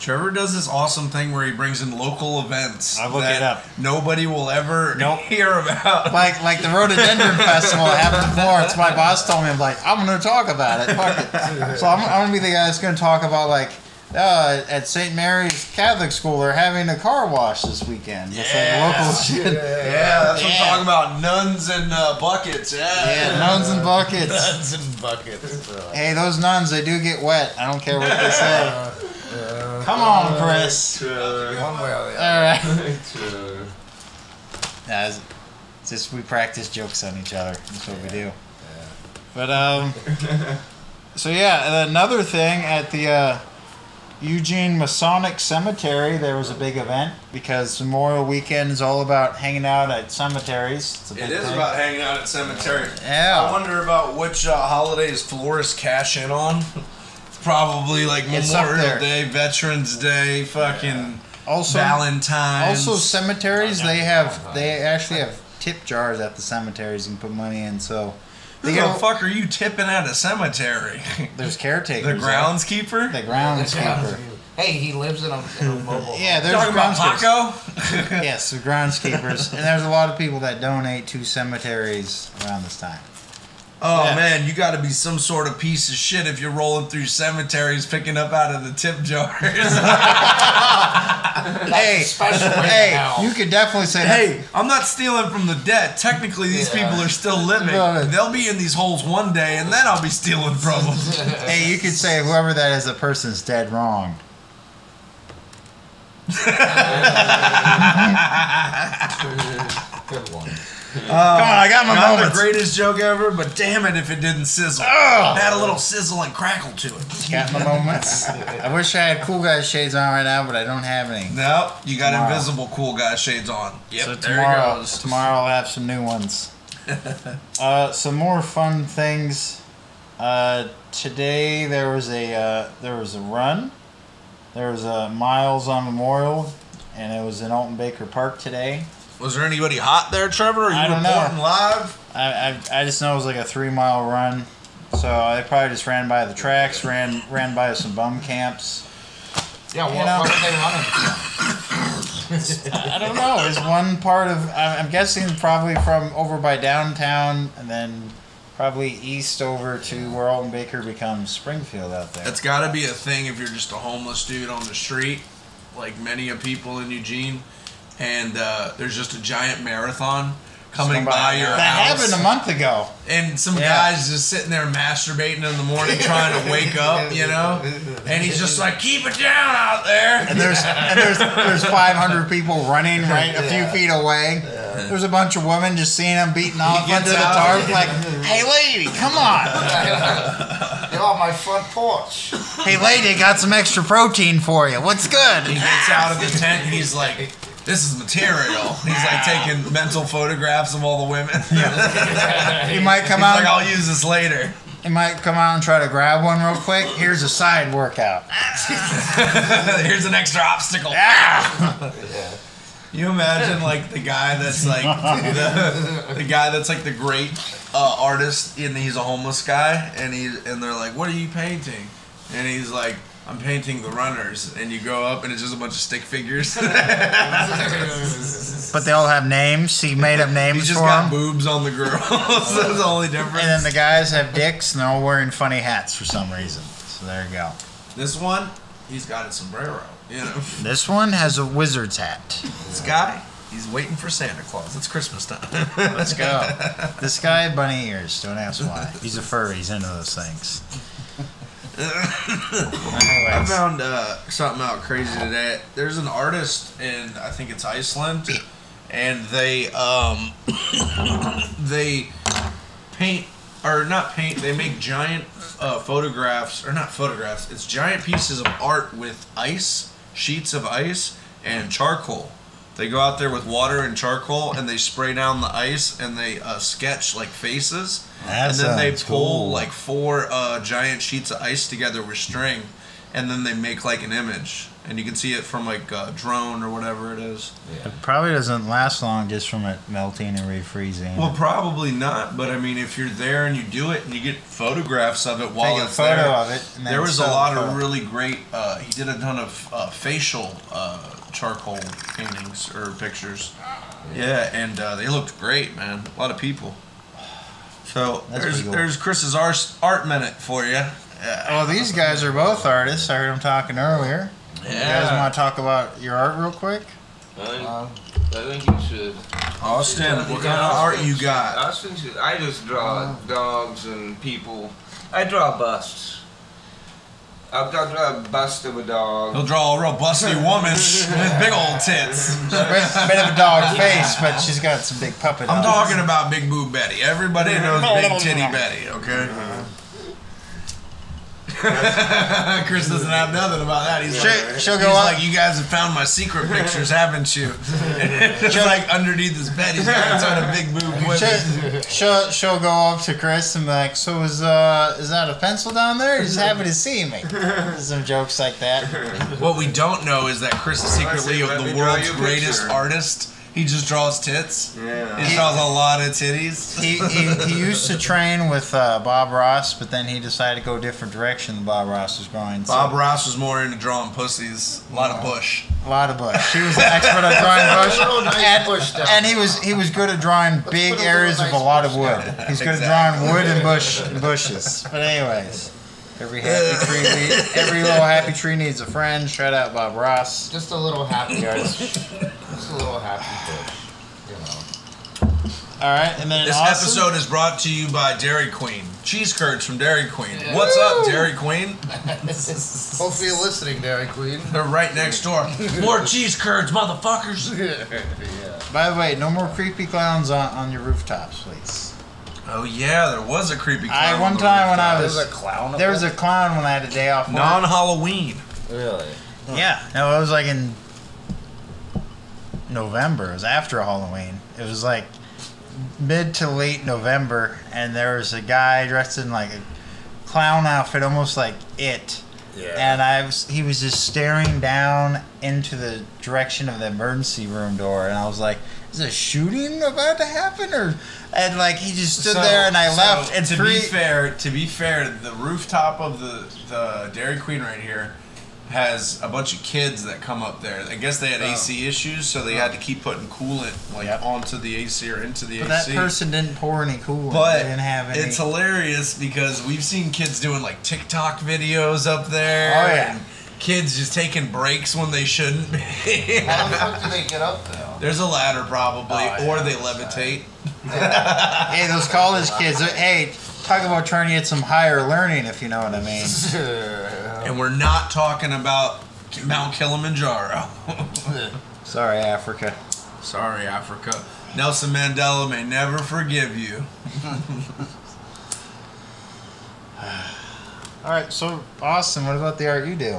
Speaker 2: Trevor does this awesome thing where he brings in local events.
Speaker 3: I looked
Speaker 2: that
Speaker 3: it up.
Speaker 2: Nobody will ever
Speaker 3: Nope.
Speaker 2: hear about.
Speaker 3: Like like the Rhododendron Festival happened in Florence. My boss told me, I'm like, I'm going to talk about it. Fuck it. So I'm, I'm going to be the guy that's going to talk about, like, uh, at St. Mary's Catholic School, they're having a car wash this weekend. It's like local
Speaker 2: Yeah.
Speaker 3: shit.
Speaker 2: yeah, that's
Speaker 3: Yeah.
Speaker 2: what I'm talking about. Nuns and uh, buckets.
Speaker 3: Yeah, nuns and buckets.
Speaker 5: Nuts and buckets.
Speaker 3: Hey, those nuns, they do get wet. I don't care what they say. Come on, Chris.
Speaker 1: Trevor.
Speaker 5: One way or the other.
Speaker 3: All right.
Speaker 1: Trevor.
Speaker 3: Nah, it's it's just we practice jokes on each other. That's what we do. But um, so yeah, and another thing at the uh, Eugene Masonic Cemetery, there was a big event because Memorial Weekend is all about hanging out at cemeteries. It's a big
Speaker 2: It is
Speaker 3: thing.
Speaker 2: about hanging out at cemetery. I
Speaker 3: Uh-huh. yeah.
Speaker 2: wonder about which uh, holidays florists cash in on. It's probably like
Speaker 3: It's up
Speaker 2: Memorial
Speaker 3: there.
Speaker 2: Day, Veterans Day, fucking
Speaker 3: Also,
Speaker 2: Valentine's.
Speaker 3: also
Speaker 2: Oh,
Speaker 3: cemeteries they have they actually have tip jars at the cemeteries you can put money in. So
Speaker 2: who
Speaker 3: they
Speaker 2: the
Speaker 3: get a-
Speaker 2: fuck are you tipping at a cemetery?
Speaker 3: there's
Speaker 2: the
Speaker 3: caretakers.
Speaker 2: groundskeeper.
Speaker 3: The
Speaker 4: yeah.
Speaker 3: groundskeeper.
Speaker 4: Hey, he lives in a, in a mobile.
Speaker 3: Yeah, there's
Speaker 2: Talking about
Speaker 3: groundskeepers.
Speaker 2: Paco.
Speaker 3: yes, the groundskeepers, and there's a lot of people that donate to cemeteries around this time.
Speaker 2: oh
Speaker 3: Yeah.
Speaker 2: man, you got to be some sort of piece of shit if you're rolling through cemeteries picking up out of the tip jars.
Speaker 3: hey,
Speaker 4: special way
Speaker 3: hey,
Speaker 4: now.
Speaker 3: you could definitely say,
Speaker 2: hey, I'm not stealing from the dead. Technically, these
Speaker 4: Yeah.
Speaker 2: people are still living.
Speaker 3: Right.
Speaker 2: They'll be in these holes one day, and then I'll be stealing from them.
Speaker 3: hey, you could say whoever that is, the person's dead wrong.
Speaker 4: Good one.
Speaker 3: Come on, I got my
Speaker 2: Uh, Not
Speaker 3: moments.
Speaker 2: the greatest joke ever, but damn it if it didn't sizzle.
Speaker 3: Ugh.
Speaker 2: It had a little sizzle and crackle to it.
Speaker 3: got my moments. I wish I had cool guy shades on right now, but I don't have any.
Speaker 2: No, you got
Speaker 3: Tomorrow.
Speaker 2: invisible cool guy shades on. Yep,
Speaker 3: so
Speaker 2: there
Speaker 3: tomorrow,
Speaker 2: it goes.
Speaker 3: tomorrow I'll have some new ones. uh, some more fun things. Uh, today there was a uh, there was a run. There was a miles on Memorial, and it was in Alton Baker Park today.
Speaker 2: Was there anybody hot there, Trevor? Are you
Speaker 3: I don't know.
Speaker 2: reporting live?
Speaker 3: I, I, I just know it was like a three mile run, so I probably just ran by the tracks, ran ran by some bum camps.
Speaker 4: Yeah, what,
Speaker 3: You know-
Speaker 4: what are they running? from?
Speaker 3: I I don't know. It's one part of. I- I'm guessing probably from over by downtown, and then probably east over to where Alton Baker becomes Springfield out there.
Speaker 2: That's got to be a thing if you're just a homeless dude on the street, like many of people in Eugene, and uh, there's just a giant marathon coming by your
Speaker 3: That
Speaker 2: house.
Speaker 3: happened a month ago.
Speaker 2: and some
Speaker 3: Yeah.
Speaker 2: guys just sitting there masturbating in the morning trying to wake up, you know? And he's just like, keep it down out there.
Speaker 3: And there's and there's there's 500 people running right a few feet away. There's a bunch of women just seeing him beating off
Speaker 2: gets
Speaker 3: under the
Speaker 2: out.
Speaker 3: tarp, like, "Hey lady, come on!
Speaker 4: They're on my front porch.
Speaker 3: Hey lady, got some extra protein for you. What's
Speaker 2: He
Speaker 3: good?"
Speaker 2: gets out of the tent and he's like, this is material. He's like taking mental photographs of all the women.
Speaker 3: You might come
Speaker 2: He's like,
Speaker 3: out.
Speaker 2: I'll use this later.
Speaker 3: You might come out and try to grab one real quick. Here's a side workout.
Speaker 2: Here's an extra obstacle. You imagine like the guy that's like the, the guy that's like the great uh, artist, and he's a homeless guy, and he and they're like, "What are you painting?" And he's like, "I'm painting the runners." And you go up, and it's just a bunch of stick figures. he
Speaker 3: But they all have names. He made up names
Speaker 2: just
Speaker 3: for
Speaker 2: got
Speaker 3: them.
Speaker 2: boobs on the girls. that's the only difference.
Speaker 3: And then the guys have dicks, and they're all wearing funny hats for some reason. So there you go.
Speaker 2: this one, he's got a sombrero. You know,
Speaker 3: This one has a wizard's hat.
Speaker 2: this guy, he's waiting for Santa Claus. It's Christmas time.
Speaker 3: Let's go. this guy had bunny ears. Don't ask why. He's a furry. He's into those things.
Speaker 2: I
Speaker 3: Anyways,
Speaker 2: found uh, something out crazy today. There's an artist in I think it's Iceland, and they um, they paint or not paint. They make giant uh, photographs or not photographs. It's giant pieces of art with ice sheets of ice and charcoal. They go out there with water and charcoal, and they spray down the ice, and they uh, sketch like faces,
Speaker 3: That
Speaker 2: and then they
Speaker 3: sounds
Speaker 2: pull
Speaker 3: cool.
Speaker 2: like four uh, giant sheets of ice together with string, and then they make like an image, and you can see it from like a drone or whatever it is.
Speaker 3: it probably doesn't last long just from it melting and refreezing.
Speaker 2: Well, probably not, but I mean, if you're there and you do it and you get photographs of it while
Speaker 3: Take a
Speaker 2: it's
Speaker 3: photo
Speaker 2: there,
Speaker 3: of it. And then
Speaker 2: there was a
Speaker 3: sell the
Speaker 2: lot
Speaker 3: photo.
Speaker 2: of really great. Uh, he did a ton of uh, facial uh, charcoal paintings or pictures. Yeah, and uh, they looked great, man. A lot of people. So
Speaker 3: That's
Speaker 2: there's
Speaker 3: pretty cool.
Speaker 2: there's Chris's art art minute for you. Yeah.
Speaker 3: Well, these guys are both artists. I heard them talking earlier. You guys want to talk about your art real quick?
Speaker 1: I think you should.
Speaker 2: Austin, what kind of art you got?
Speaker 1: I should. I just draw dogs and people. I draw busts. I've got a bust of a dog.
Speaker 2: He'll draw a real busty woman with big old tits.
Speaker 3: Bit bit of a dog face, but she's got some big puppet.
Speaker 2: I'm
Speaker 3: eyes.
Speaker 2: talking about Big Boo Betty. Everybody knows Big Titty Betty, okay?
Speaker 3: Uh-huh.
Speaker 2: Chris doesn't have nothing about that. He's like,
Speaker 3: She'll- she'll go
Speaker 2: he's
Speaker 3: up-
Speaker 2: like, you guys have found my secret pictures, haven't you? It's like underneath his bed, he's got a ton of Big Boo women.
Speaker 3: She'll, she'll, she'll go up to Chris and be like, "So is uh is that a pencil down there? He's happy to see me." Some jokes like that.
Speaker 2: What we don't know is that Chris is secretly
Speaker 1: Let me
Speaker 2: the
Speaker 1: draw
Speaker 2: world's
Speaker 1: you a
Speaker 2: greatest
Speaker 1: picture.
Speaker 2: artist. He just draws tits.
Speaker 1: Yeah.
Speaker 2: He draws a lot of titties.
Speaker 3: He, he, he used to train with uh, Bob Ross, but then he decided to go a different direction than Bob Ross was going. So
Speaker 2: Bob Ross was more into drawing pussies. A lot of bush.
Speaker 3: a lot of bush. He was an expert at drawing bush,
Speaker 5: little nice
Speaker 3: and,
Speaker 5: bush down
Speaker 3: and he was he was good at drawing
Speaker 5: put a
Speaker 3: big
Speaker 5: little
Speaker 3: areas of
Speaker 5: nice
Speaker 3: a lot of
Speaker 5: bush
Speaker 3: wood. He's good at drawing wood and bush and bushes. But anyways, every happy tree need- every little happy tree needs a friend. Shout out Bob Ross.
Speaker 4: Just a little happy bush. Just a little happy bush. You know.
Speaker 3: All right, and then
Speaker 2: This
Speaker 3: Austin,
Speaker 2: episode is brought to you by Dairy Queen. Cheese curds from Dairy Queen. What's up, Dairy Queen?
Speaker 4: Hopefully,
Speaker 5: Hopefully you're listening, Dairy Queen.
Speaker 2: They're right next door. More cheese curds, motherfuckers.
Speaker 3: By the way, no more creepy clowns on, on your rooftops, please.
Speaker 2: Oh yeah, there was a creepy. clown
Speaker 3: I
Speaker 2: on
Speaker 3: one
Speaker 2: the
Speaker 3: time when I
Speaker 5: There's a
Speaker 3: was
Speaker 5: clown. up
Speaker 3: there was
Speaker 5: there?
Speaker 3: a clown when I had a day off.
Speaker 2: roof.
Speaker 3: work.
Speaker 2: non-Halloween.
Speaker 5: really.
Speaker 3: Yeah, no, it was like in November. It was after Halloween. It was like mid to late November, and there was a guy dressed in like a clown outfit, almost like it. And I was, he was just staring down into the direction of the emergency room door, and I was like, "Is a shooting about to happen?" Or and like he just stood there, and I
Speaker 2: so,
Speaker 3: left. And
Speaker 2: to
Speaker 3: three,
Speaker 2: be fair, to be fair, the rooftop of the the Dairy Queen right here has a bunch of kids that come up there. I guess they had AC issues, so they had to keep putting coolant like
Speaker 3: Oh. Yep.
Speaker 2: onto the AC or into the
Speaker 3: but that
Speaker 2: AC.
Speaker 3: person didn't pour any coolant.
Speaker 2: But
Speaker 3: they didn't have any.
Speaker 2: it's hilarious because we've seen kids doing like TikTok videos up there.
Speaker 3: Oh, yeah.
Speaker 2: and kids just taking breaks when they shouldn't be.
Speaker 4: how the fuck do they get up there?
Speaker 2: There's a ladder probably,
Speaker 4: Oh, yeah,
Speaker 2: or they
Speaker 4: that's
Speaker 2: levitate.
Speaker 3: Hey, those college kids. Hey, talk about trying to get some higher learning, if you know what I mean.
Speaker 5: Oh.
Speaker 2: And we're not talking about Mount Kilimanjaro.
Speaker 3: Sorry, Africa.
Speaker 2: Sorry, Africa. Nelson Mandela may never forgive you.
Speaker 3: All right, so Austin, what about the art you do?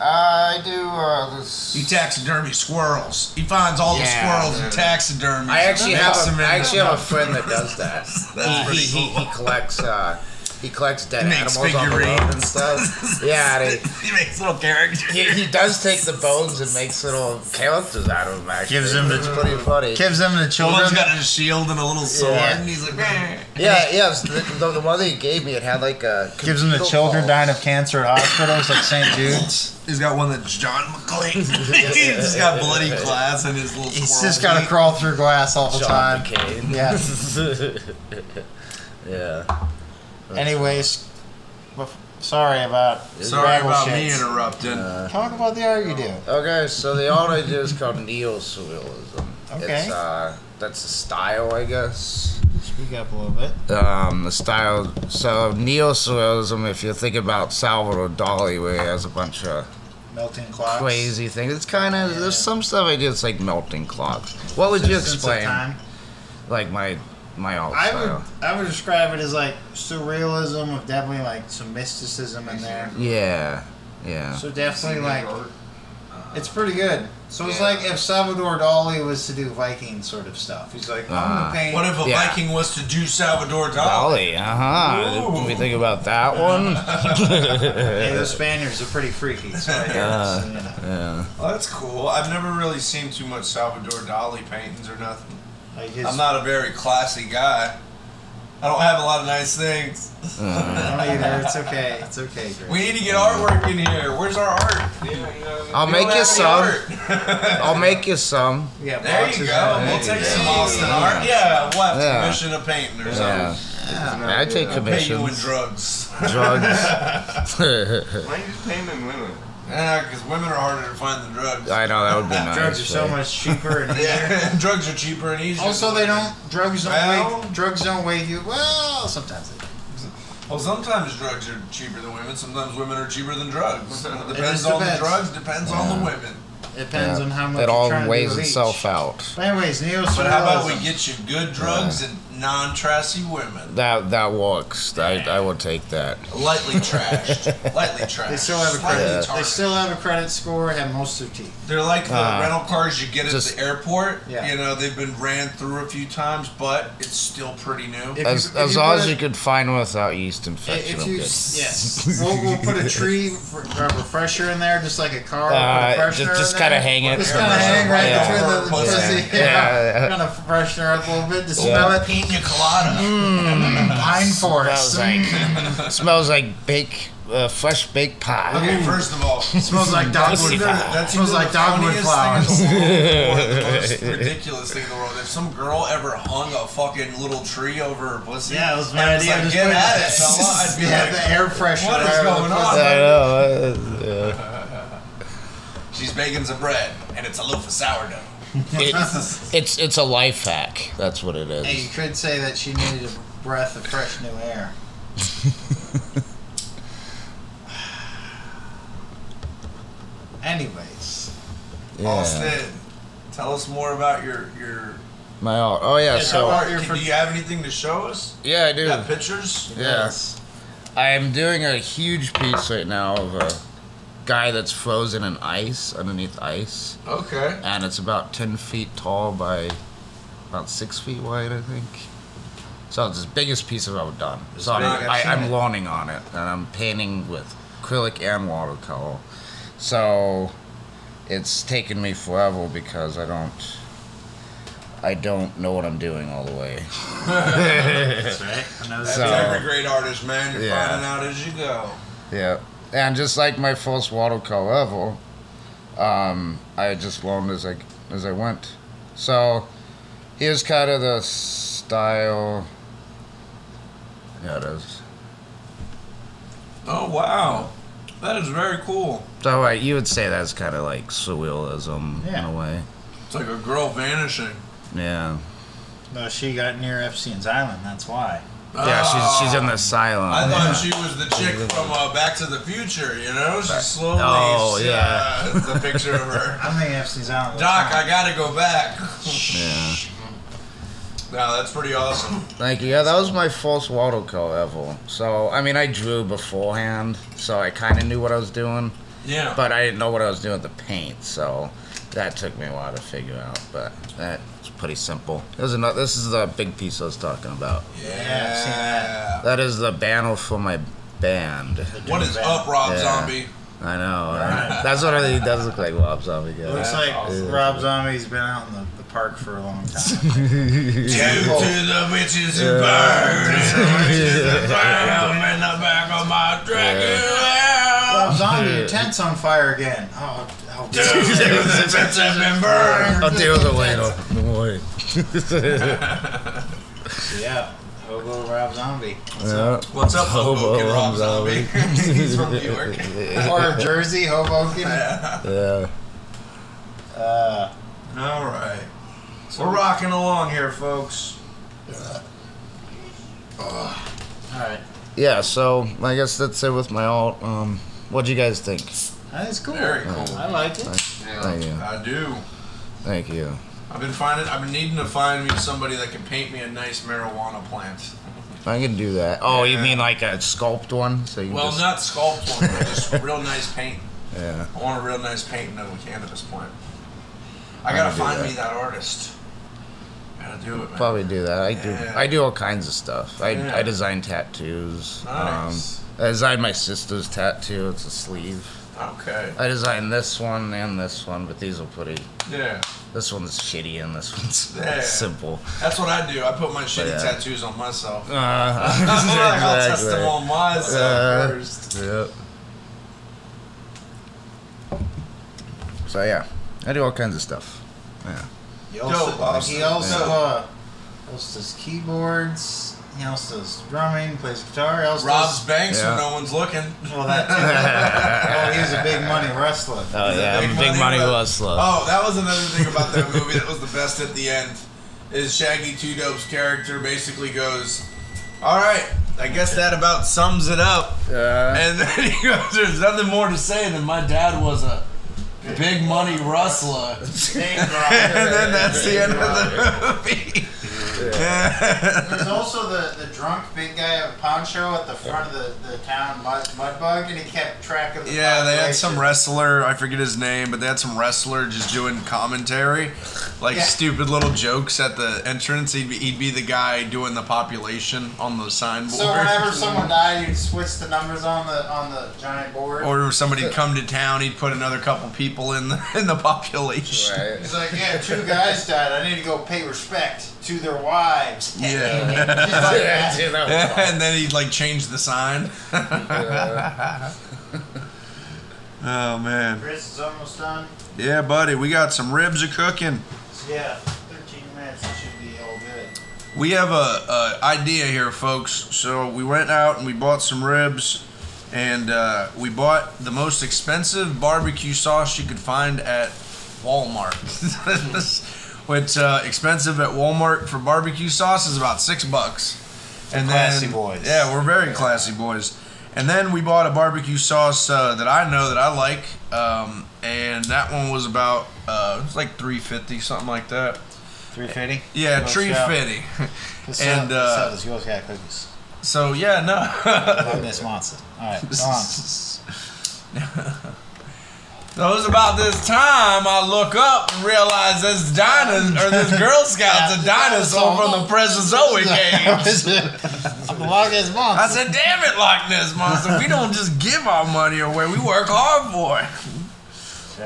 Speaker 5: I do uh, this.
Speaker 2: He taxidermy squirrels. He finds all
Speaker 5: Yeah,
Speaker 2: the squirrels in
Speaker 5: dude.
Speaker 2: taxidermy.
Speaker 5: I actually have
Speaker 2: Makes them
Speaker 5: a,
Speaker 2: into-
Speaker 5: I actually have a friend that does that.
Speaker 2: That's
Speaker 5: he,
Speaker 2: pretty
Speaker 5: he, he, he collects uh, he collects dead
Speaker 2: Makes
Speaker 5: animals on the road and
Speaker 2: figurines.
Speaker 5: stuff. yeah, and he,
Speaker 2: he makes little characters.
Speaker 5: he, he does take the bones and makes little characters out of them. Actually,
Speaker 3: Gives them the-
Speaker 5: it's pretty funny.
Speaker 3: Gives them the
Speaker 2: One's
Speaker 3: children.
Speaker 2: got a shield and a little sword,
Speaker 5: Yeah.
Speaker 2: and he's like, "Meh."
Speaker 5: yeah, yes. The, the, the one that he gave me, it had like a
Speaker 3: Gives them the
Speaker 5: computer
Speaker 3: children
Speaker 5: ball.
Speaker 3: dying of cancer at hospitals like St. Jude's.
Speaker 2: he's got one that's John McClane. he's just got bloody glass and his little.
Speaker 3: He's
Speaker 2: squirrel
Speaker 3: just got to
Speaker 2: feet.
Speaker 3: crawl through glass all the
Speaker 5: John
Speaker 3: time.
Speaker 5: McCain.
Speaker 3: Yeah.
Speaker 5: yeah.
Speaker 3: Anyways, bef- sorry about
Speaker 2: Sorry
Speaker 3: Rabble
Speaker 2: about me
Speaker 3: Shakes.
Speaker 2: interrupting.
Speaker 3: Talk about the art you do.
Speaker 5: Okay, so the art I do is called neo-surrealism.
Speaker 3: Okay.
Speaker 5: It's, uh, that's a style, I guess.
Speaker 3: Speak up a little bit.
Speaker 5: um, the style. So neo-surrealism, if you think about Salvador Dali, where he has a bunch of
Speaker 3: Melting clocks.
Speaker 5: crazy things, it's kind of there's some stuff I do. It's like melting clocks. What would you
Speaker 3: Sense of
Speaker 5: explain?
Speaker 3: time.
Speaker 5: Like my my art
Speaker 3: I
Speaker 5: style.
Speaker 3: would I would describe it as like surrealism with definitely like some mysticism in there.
Speaker 5: Yeah, yeah.
Speaker 3: So definitely like it's pretty good. So it's like if Salvador Dali was to do Viking sort of stuff. He's like, I'm
Speaker 5: Ah.
Speaker 3: gonna paint
Speaker 2: What if a
Speaker 5: Yeah.
Speaker 2: Viking was to do Salvador Dali?
Speaker 5: Dali, uh huh. When we think about that one,
Speaker 3: hey, those Spaniards are pretty freaky, so I hear
Speaker 5: Yeah.
Speaker 3: so, you know.
Speaker 5: yeah.
Speaker 2: Oh, that's cool. I've never really seen too much Salvador Dali paintings or nothing.
Speaker 3: Like his,
Speaker 2: I'm not a very classy guy. I don't have a lot of nice things.
Speaker 3: I don't either. It's okay. It's okay, Greg.
Speaker 2: We need to get artwork in here. Where's our art?
Speaker 5: I'll
Speaker 2: We
Speaker 5: make
Speaker 2: don't
Speaker 5: you some.
Speaker 2: have any art.
Speaker 5: I'll make you some.
Speaker 3: We got
Speaker 2: there you
Speaker 3: boxes
Speaker 2: go.
Speaker 3: of-
Speaker 2: We'll take some
Speaker 5: Yeah.
Speaker 2: Austin art. Yeah, we'll have to
Speaker 5: Yeah.
Speaker 2: commission a painting or something.
Speaker 5: Yeah, I take
Speaker 2: I'll pay you in
Speaker 5: commissions,
Speaker 2: drugs.
Speaker 5: drugs.
Speaker 1: Why don't you just pay them in women?
Speaker 2: Yeah, because women are harder to find than drugs.
Speaker 5: I know that would be nice.
Speaker 3: Drugs are so
Speaker 5: but-
Speaker 3: much cheaper and easier.
Speaker 2: Yeah, drugs are cheaper and easier.
Speaker 3: Also, they don't. Drugs don't
Speaker 2: Well-
Speaker 3: wake. Drugs don't wake you. Well, sometimes they. do.
Speaker 2: Well, sometimes drugs are cheaper than women. Sometimes women are cheaper than drugs. It depends
Speaker 3: just
Speaker 2: on the
Speaker 3: depends.
Speaker 2: drugs. Depends on the women.
Speaker 3: Depends on how much.
Speaker 5: It
Speaker 3: you're
Speaker 5: all
Speaker 3: trying to do
Speaker 5: weighs
Speaker 3: with each.
Speaker 5: itself out.
Speaker 3: But anyways, neo
Speaker 2: But how about we get you good drugs and non-trashy women,
Speaker 5: That that works. I, I will take that.
Speaker 2: lightly trashed, lightly trashed.
Speaker 3: They still have a
Speaker 2: slightly
Speaker 3: credit. They
Speaker 2: tarnished.
Speaker 3: still have a credit score. Have most of their teeth.
Speaker 2: They're like the
Speaker 5: Uh,
Speaker 2: rental cars you get at
Speaker 5: just-
Speaker 2: the airport.
Speaker 3: Yeah.
Speaker 2: You know, they've been ran through a few times, but it's still pretty new.
Speaker 3: If
Speaker 5: As
Speaker 3: you- if
Speaker 5: as long
Speaker 3: put
Speaker 5: as
Speaker 3: a-
Speaker 5: you could find without yeast
Speaker 3: If
Speaker 5: infection,
Speaker 3: if
Speaker 5: I'm
Speaker 3: you,
Speaker 5: good.
Speaker 3: yes, we'll, we'll put a tree, for, a refresher in there, just like a car. we'll
Speaker 5: Uh,
Speaker 3: put a
Speaker 5: ju-
Speaker 3: freshener
Speaker 5: just
Speaker 3: in
Speaker 5: kinda
Speaker 3: there.
Speaker 5: hang it.
Speaker 3: Just kind of hang right
Speaker 5: Yeah.
Speaker 3: between the,
Speaker 2: Yeah.
Speaker 3: pussy.
Speaker 5: Yeah.
Speaker 3: Yeah, kind of freshen her up a little bit to smell it.
Speaker 2: Pina
Speaker 3: Mm.
Speaker 2: colada.
Speaker 3: Pine forest Mm.
Speaker 5: Smells like smells like bake uh, fresh baked pie.
Speaker 2: Okay, first of all,
Speaker 3: smells like dogwood.
Speaker 5: Pussy
Speaker 3: flower.
Speaker 5: pie.
Speaker 2: That's
Speaker 3: Smells
Speaker 2: either
Speaker 3: like
Speaker 2: the
Speaker 3: dogwood
Speaker 2: funniest
Speaker 3: flowers.
Speaker 2: thing in the world or the most ridiculous thing in the world. If some girl ever hung a fucking little tree over her pussy,
Speaker 3: Yeah, it was my
Speaker 2: and
Speaker 3: idea.
Speaker 2: Like,
Speaker 3: Just
Speaker 2: Get
Speaker 3: put it-
Speaker 2: at it, fella. I'd be
Speaker 3: Yeah,
Speaker 2: like,
Speaker 3: the air freshener.
Speaker 2: what is
Speaker 3: right
Speaker 2: going
Speaker 3: over the pussy.
Speaker 2: on?
Speaker 5: I know. uh,
Speaker 2: she's baking some bread and it's a loaf of sourdough.
Speaker 5: yeah. It- it's it's a life hack. That's what it
Speaker 3: Hey, you
Speaker 5: is.
Speaker 3: could say that she needed a breath of fresh new air. Anyways,
Speaker 5: Yeah.
Speaker 2: Austin, tell us more about your your
Speaker 5: My all. Oh yeah. So
Speaker 3: about
Speaker 2: art.
Speaker 3: your
Speaker 2: Can-
Speaker 3: fr-
Speaker 2: do you have anything to show us?
Speaker 5: yeah, I
Speaker 2: You
Speaker 5: do.
Speaker 2: got pictures?
Speaker 5: Yes. I am doing a huge piece right now of a guy that's frozen in ice underneath ice.
Speaker 2: Okay.
Speaker 5: and it's about 10 feet tall by about 6 feet wide, I think. So it's the biggest piece I've ever done. So I'm,
Speaker 2: big, I've
Speaker 5: I,
Speaker 2: seen
Speaker 5: I'm
Speaker 2: it.
Speaker 5: lawning on it, and I'm painting with acrylic and watercolor. So it's taken me forever because I don't. I don't know what I'm doing all the way.
Speaker 3: that's right. I know
Speaker 2: That's
Speaker 5: So-
Speaker 2: every great artist, man. You're
Speaker 5: Yeah.
Speaker 2: finding out as you go.
Speaker 5: Yeah, and just like my first watercolor ever, um, I just learned as I as I went. So here's kind of the style. Yeah, it is.
Speaker 2: Oh wow, that is very cool.
Speaker 5: So right, you would say that's kind of like surrealism in
Speaker 3: Yeah.
Speaker 5: a way.
Speaker 2: It's like a girl vanishing.
Speaker 5: Yeah.
Speaker 3: No, she got near Epstein's Island. That's why.
Speaker 5: Yeah, she's she's in the asylum.
Speaker 2: I thought
Speaker 5: yeah.
Speaker 2: she was the chick from uh, Back to the Future. You know, she slowly.
Speaker 5: Oh, yeah.
Speaker 2: Uh, the picture of her.
Speaker 3: I'm thinking Epstein's Island.
Speaker 2: Doc, I gotta go back.
Speaker 5: yeah.
Speaker 2: Now that's pretty awesome.
Speaker 5: Thank you. Yeah, that was my first Waldo Co. ever. So I mean, I drew beforehand, so I kind of knew what I was doing,
Speaker 2: Yeah.
Speaker 5: but I didn't know what I was doing with the paint. So that took me a while to figure out. But that's pretty simple. There's another. This is the big piece I was talking about.
Speaker 3: Yeah, I've seen that.
Speaker 5: That is the banner for my band.
Speaker 2: What is up, Rob
Speaker 5: Yeah.
Speaker 2: Zombie?
Speaker 5: I know. right?
Speaker 3: Right.
Speaker 5: That's what I think. Does look like Rob Zombie.
Speaker 3: It looks
Speaker 5: Yeah.
Speaker 3: like
Speaker 5: awesome.
Speaker 3: Rob Zombie's been out in the, the park for a long time.
Speaker 2: Two to the witches who burn, and the witches that burn in the back of my Dracula.
Speaker 3: Rob Zombie, your tent's on fire again. Oh, oh
Speaker 2: Two to the witches have been burned.
Speaker 5: I'll deal with it later. Don't worry.
Speaker 3: yeah. Hobo Rob Zombie.
Speaker 5: Yeah.
Speaker 2: What's up,
Speaker 5: Hobo,
Speaker 2: Hoboken Rob
Speaker 5: Rob
Speaker 2: Zombie?
Speaker 5: Zombie.
Speaker 2: He's from Newark.
Speaker 3: or Jersey, Hoboken.
Speaker 5: Yeah.
Speaker 3: Uh,
Speaker 2: All right. We're rocking along here, folks.
Speaker 3: all right.
Speaker 5: Yeah. So I guess that's it with my alt. Um, what do you guys think?
Speaker 3: That's cool.
Speaker 2: Very cool.
Speaker 3: I like it.
Speaker 5: Thank you.
Speaker 2: I do.
Speaker 5: Thank you.
Speaker 2: I've been finding. I've been needing to find me somebody that can paint me a nice marijuana plant.
Speaker 5: I can do that. Oh, you mean like a sculpt one? So you can
Speaker 2: Well,
Speaker 5: just,
Speaker 2: not sculpt one, but just real nice paint.
Speaker 5: Yeah.
Speaker 2: I want a real nice painting of a cannabis plant. I
Speaker 5: I'm
Speaker 2: gotta
Speaker 5: gonna do
Speaker 2: find
Speaker 5: that.
Speaker 2: me that artist. Gotta do it, man.
Speaker 5: Probably do that. I do.
Speaker 2: Yeah.
Speaker 5: I do all kinds of stuff. I,
Speaker 2: Yeah.
Speaker 5: I design tattoos.
Speaker 2: Nice.
Speaker 5: Um, I designed my sister's tattoo. It's a sleeve.
Speaker 2: Okay.
Speaker 5: I designed this one and this one, but these are pretty.
Speaker 2: Yeah.
Speaker 5: This one's shitty and this one's
Speaker 2: Yeah.
Speaker 5: simple.
Speaker 2: That's what I do. I put my shitty
Speaker 5: yeah.
Speaker 2: tattoos on myself.
Speaker 5: Uh,
Speaker 2: I'm like, I'll test them on myself
Speaker 5: Uh,
Speaker 2: first.
Speaker 5: Yep. So yeah, I do all kinds of stuff. Yeah.
Speaker 3: He also,
Speaker 2: Dope, awesome.
Speaker 3: he also
Speaker 2: Yeah.
Speaker 3: uh, also does keyboards. He also does drumming, plays guitar. He also
Speaker 2: Rob's
Speaker 3: does,
Speaker 2: banks
Speaker 5: Uh, Yeah.
Speaker 2: when no one's looking.
Speaker 3: well that too. well, he was a big money wrestler.
Speaker 5: Oh
Speaker 2: He's a
Speaker 5: yeah,
Speaker 2: big
Speaker 5: I'm a big
Speaker 2: money
Speaker 5: money
Speaker 2: wre-
Speaker 5: wrestler.
Speaker 2: Oh, that was another thing about that movie that was the best at the end. Is Shaggy Two Dope's character basically goes, "All right, I guess that about sums it up."
Speaker 5: Uh,
Speaker 2: And then he goes, "There's nothing more to say than my dad was a big money rustler." and then that's the end of the movie.
Speaker 3: There's also the, the drunk big guy at a pawn show at the front of the, the town mud, mudbug, and he kept track of the
Speaker 2: Yeah, they had
Speaker 3: population.
Speaker 2: some wrestler, I forget his name, but they had some wrestler just doing commentary, like
Speaker 3: Yeah.
Speaker 2: stupid little jokes at the entrance. He'd be, he'd be the guy doing the population on the signboard.
Speaker 3: So whenever someone died, you'd switch the numbers on the on the giant board.
Speaker 2: or if somebody'd come to town, he'd put another couple people in the, in the population.
Speaker 5: right.
Speaker 3: He's like, yeah, two guys died. I need to go pay respect to their wives.
Speaker 2: Yeah.
Speaker 3: Just like that.
Speaker 5: You know,
Speaker 2: and then he'd like change the sign. oh man.
Speaker 3: Chris is almost done.
Speaker 2: Yeah, buddy, we got some ribs a cooking.
Speaker 3: So yeah, 13 minutes it should be all good.
Speaker 2: We have a, a idea here, folks. So we went out and we bought some ribs, and uh, we bought the most expensive barbecue sauce you could find at Walmart. Which uh, expensive at Walmart for barbecue sauce is about six bucks. And
Speaker 3: classy boys.
Speaker 2: Yeah, we're very classy boys. And then we bought a barbecue sauce uh, that I know that I like, um, and that one was about uh, it was like three fifty, something like that.
Speaker 3: 350.
Speaker 2: Yeah,
Speaker 3: Nice
Speaker 2: tree
Speaker 3: job.
Speaker 2: fitty. And, uh,
Speaker 3: this Girl Scout cookies.
Speaker 2: So yeah, no.
Speaker 3: Love this monster. All right, go
Speaker 2: Uh-huh.
Speaker 3: on.
Speaker 2: so it was about this time I look up and realize this dinos or this Girl Scout's a dinosaur from the present Zoe games.
Speaker 3: Log is
Speaker 2: I
Speaker 3: monster.
Speaker 2: said, "Damn it, Loch Ness monster! We don't just give our money away. We work hard for it."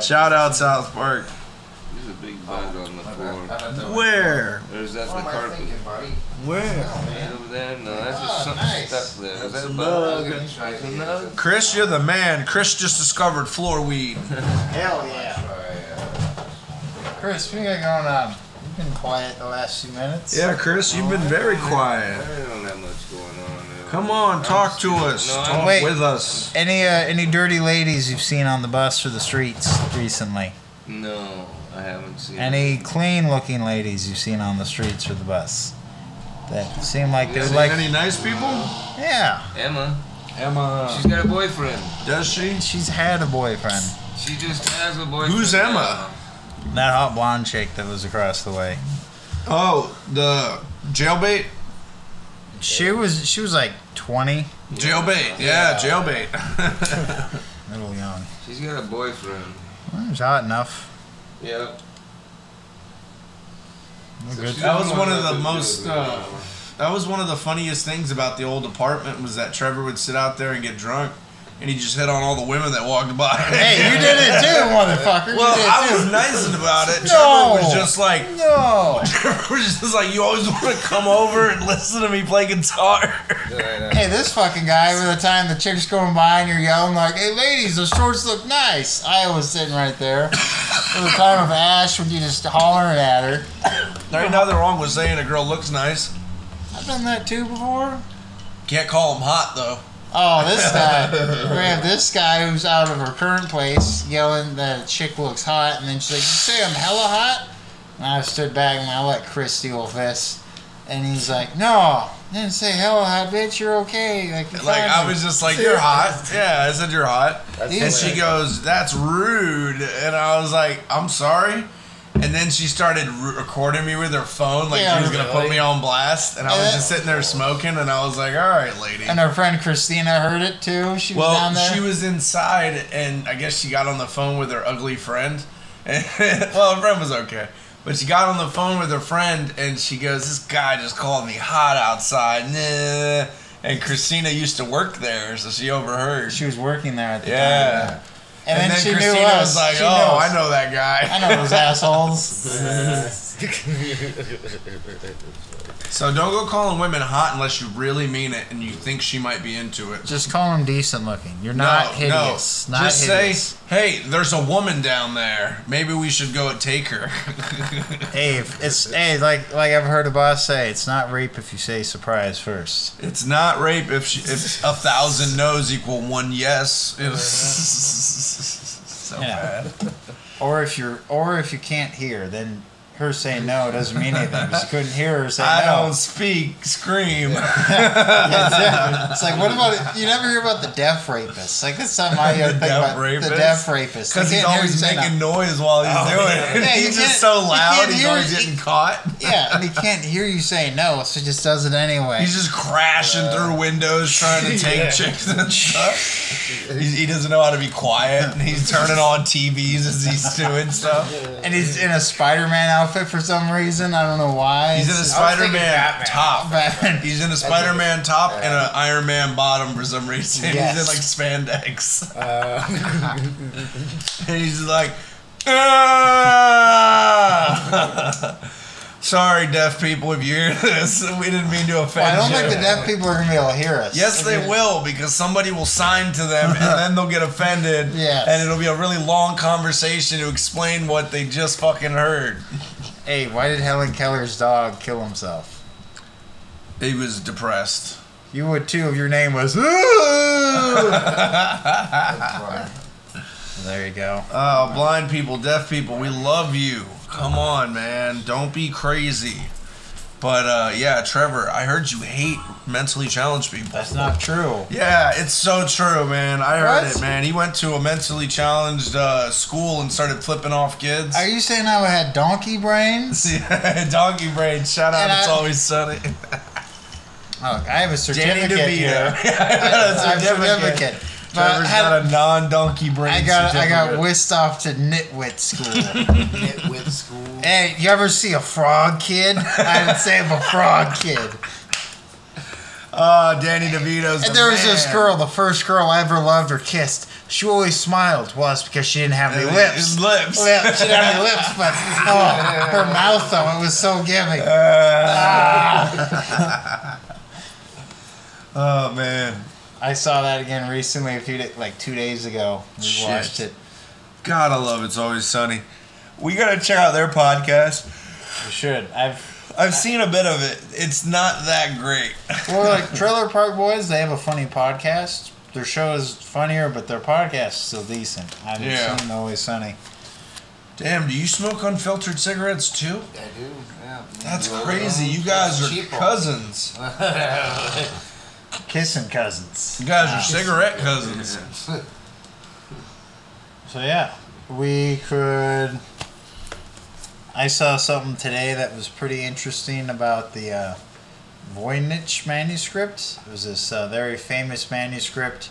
Speaker 2: Shout out South Park.
Speaker 1: There's a big bug on the
Speaker 2: Oh,
Speaker 1: floor.
Speaker 2: Where?
Speaker 1: There's that the
Speaker 4: What am I
Speaker 1: carpet
Speaker 4: thinking, buddy?
Speaker 2: Where?
Speaker 1: right over there? No, that's just
Speaker 3: Ah,
Speaker 4: Oh,
Speaker 1: something
Speaker 4: nice.
Speaker 1: stuck there. Is that a
Speaker 4: Look
Speaker 1: bug?
Speaker 4: at this right here.
Speaker 1: No.
Speaker 2: Chris, you're the man. Chris just discovered floor weed.
Speaker 3: Hell yeah. Chris, what you got going on? You've been quiet the last few minutes.
Speaker 2: Yeah, Chris, you've been very quiet.
Speaker 1: I don't have much going on. there.
Speaker 2: Come on, talk to us.
Speaker 1: No, I'm-
Speaker 2: Talk
Speaker 3: Wait.
Speaker 2: with us.
Speaker 3: Any uh, any dirty ladies you've seen on the bus or the streets recently?
Speaker 1: No, I haven't seen it.
Speaker 3: Any clean looking ladies you've seen on the streets or the bus that seem like they would
Speaker 2: Seen
Speaker 3: like.
Speaker 2: any nice people?
Speaker 3: Yeah.
Speaker 1: Emma.
Speaker 2: Emma.
Speaker 1: She's got a boyfriend.
Speaker 2: Does she?
Speaker 3: She's had a boyfriend.
Speaker 1: She just has a boyfriend.
Speaker 2: Who's Emma?
Speaker 3: That hot blonde chick that was across the way.
Speaker 1: uh,
Speaker 2: Oh, the jailbait.
Speaker 3: She was she was like 20,
Speaker 2: Jailbait. Yeah, jailbait.
Speaker 3: a little young.
Speaker 1: now. She's got a boyfriend.
Speaker 3: Well, it was hot enough.
Speaker 1: Yep.
Speaker 3: We're
Speaker 1: So
Speaker 3: good.
Speaker 1: she's
Speaker 2: that was one of
Speaker 1: that
Speaker 2: the
Speaker 1: couldn't do
Speaker 2: most.
Speaker 1: it.
Speaker 2: Uh, that was one of the funniest things about the old apartment was that Trevor would sit out there and get drunk, and he just hit on all the women that walked by.
Speaker 3: Hey, you did it too, motherfucker. You
Speaker 2: Well,
Speaker 3: did it
Speaker 2: I
Speaker 3: too.
Speaker 2: was nice about it.
Speaker 3: No.
Speaker 2: Trevor was just like,
Speaker 3: No.
Speaker 2: Trevor was just like, you always want to come over and listen to me play guitar.
Speaker 3: Hey, this fucking guy, by the time the chick's going by and you're yelling, like, hey, ladies, those shorts look nice. I was sitting right there. By the time of Ash, when you just hollering at her.
Speaker 2: There ain't nothing wrong with saying a girl looks nice.
Speaker 3: I've done that too before.
Speaker 2: Can't call them hot though.
Speaker 3: Oh, this guy. We have this guy who's out of her current place yelling that a chick looks hot, and then she's like, You say I'm hella hot? And I stood back and I let Chris steal this. And he's like, No, I didn't say hella hot, bitch, you're okay. Like, you
Speaker 2: Like
Speaker 3: found
Speaker 2: I
Speaker 3: me."
Speaker 2: was just like, you're hot. Yeah, I said you're hot.
Speaker 4: That's
Speaker 2: And she goes, that's rude. And I was like, I'm sorry. And then she started re- recording me with her phone, like
Speaker 3: Yeah,
Speaker 2: she was gonna put me on blast. And I was
Speaker 3: And-
Speaker 2: just sitting there smoking, and I was like, all right, lady.
Speaker 3: And her friend Christina heard it too. She was
Speaker 2: Well,
Speaker 3: down there.
Speaker 2: she was inside, and I guess she got on the phone with her ugly friend. well, her friend was okay, but she got on the phone with her friend, and she goes, "This guy just called me hot outside." Nah. And Christina used to work there, so she overheard.
Speaker 3: She was working there at the time.
Speaker 2: yeah,
Speaker 3: And, then, she
Speaker 2: Christina
Speaker 3: knew us.
Speaker 2: was like,
Speaker 3: She
Speaker 2: "Oh,
Speaker 3: knows.
Speaker 2: I know that guy."
Speaker 3: I know those assholes.
Speaker 2: So don't go calling women hot unless you really mean it and you think she might be into it.
Speaker 3: Just call them decent looking. You're not hideous. Not
Speaker 2: Just
Speaker 3: hideous.
Speaker 2: say, "Hey, there's a woman down there. Maybe we should go and take her."
Speaker 3: hey, if it's hey, like like I've heard a boss say, it's not rape if you say surprise first.
Speaker 2: It's not rape if she, if a thousand no's equal one yes. It was so
Speaker 3: Yeah.
Speaker 2: bad.
Speaker 3: Or if you're or if you can't hear, then her saying no doesn't mean anything because you couldn't hear her say
Speaker 2: I
Speaker 3: no.
Speaker 2: don't speak, scream.
Speaker 3: Exactly. It's like what about you never hear about the deaf rapist? Like that's something I
Speaker 2: The
Speaker 3: think
Speaker 2: deaf
Speaker 3: about
Speaker 2: rapist?
Speaker 3: the deaf rapist They
Speaker 2: Because he's
Speaker 3: can't hear you
Speaker 2: always
Speaker 3: say no.
Speaker 2: making noise while he's doing it.
Speaker 3: Yeah, you
Speaker 2: he's just
Speaker 3: can't-
Speaker 2: so
Speaker 3: you
Speaker 2: loud.
Speaker 3: can't
Speaker 2: He's
Speaker 3: hear-
Speaker 2: always getting caught.
Speaker 3: Yeah, and he can't hear you say no, so he just does it anyway.
Speaker 2: He's just crashing through windows trying to take chicks and stuff. He, he doesn't know how to be quiet. And he's turning on TVs as he's doing stuff.
Speaker 3: and he's in a Spider-Man outfit for some reason. I don't know why.
Speaker 2: He's in a
Speaker 3: It's-
Speaker 2: Spider-Man top.
Speaker 3: Batman.
Speaker 2: He's in a Spider-Man top and an Iron Man bottom for some reason. He's in like spandex,
Speaker 3: Uh.
Speaker 2: and he's just like, "Ah!" "Sorry, deaf people, if you hear this, we didn't mean to offend
Speaker 3: Well, I don't
Speaker 2: you."
Speaker 3: think the deaf people are gonna be able to hear us.
Speaker 2: Yes,
Speaker 3: I
Speaker 2: they
Speaker 3: mean,
Speaker 2: will because somebody will sign to them and then they'll get offended.
Speaker 3: Yes.
Speaker 2: And it'll be a really long conversation to explain what they just fucking heard.
Speaker 3: Hey, why did Helen Keller's dog kill himself?
Speaker 2: He was depressed.
Speaker 3: You would too if your name was. there you go.
Speaker 2: Oh, blind people, deaf people, we love you. Come on, man. Don't be crazy. But uh, yeah, Trevor, I heard you hate mentally challenged people.
Speaker 3: That's not true.
Speaker 2: Yeah, it's so true, man. I heard
Speaker 3: What?
Speaker 2: it, man. He went to a mentally challenged uh, school and started flipping off kids.
Speaker 3: Are you saying I had donkey brains?
Speaker 2: Yeah, Donkey brain. Shout out.
Speaker 3: And
Speaker 2: it's
Speaker 3: I-
Speaker 2: always sunny.
Speaker 3: Oh, I have
Speaker 2: Danny
Speaker 3: a certificate
Speaker 2: DeVito.
Speaker 3: here.
Speaker 2: I
Speaker 3: I have
Speaker 2: got
Speaker 3: a
Speaker 2: a certificate.
Speaker 3: certificate. But
Speaker 2: Trevor's
Speaker 3: had-
Speaker 2: got a non-donkey brain.
Speaker 3: I got I got
Speaker 2: certificate.
Speaker 3: whisked off to nitwit school.
Speaker 4: Nitwit school.
Speaker 3: hey, you ever see a frog kid? I didn't say I'm a frog kid.
Speaker 2: Oh, Danny DeVito's. the
Speaker 3: And there was this
Speaker 2: man.
Speaker 3: girl, the first girl I ever loved or kissed. She always smiled. Well, it's because she didn't have any lips.
Speaker 2: His lips.
Speaker 3: lips. She didn't have any lips, but oh, her mouth though it was so giving.
Speaker 2: Oh man.
Speaker 3: I saw that again recently, a few da like two days ago. We
Speaker 2: Shit.
Speaker 3: watched it.
Speaker 2: God, I love it's always sunny. We gotta check out their podcast.
Speaker 3: We should. I've.
Speaker 2: I've seen a bit of it. It's not that great.
Speaker 3: Well, like Trailer Park Boys, they have a funny podcast. Their show is funnier, but their podcast is still decent. I haven't
Speaker 2: Yeah.
Speaker 3: seen Always Sunny.
Speaker 2: Damn, do you smoke unfiltered cigarettes too?
Speaker 4: I do. Yeah.
Speaker 2: That's
Speaker 4: Roll
Speaker 2: crazy.
Speaker 4: around.
Speaker 2: You guys are
Speaker 4: Cheapo.
Speaker 2: cousins.
Speaker 3: Kissing cousins. Ah.
Speaker 2: You guys are cigarette cousins.
Speaker 3: So yeah, we could. I saw something today that was pretty interesting about the uh, Voynich manuscript. It was this uh, very famous manuscript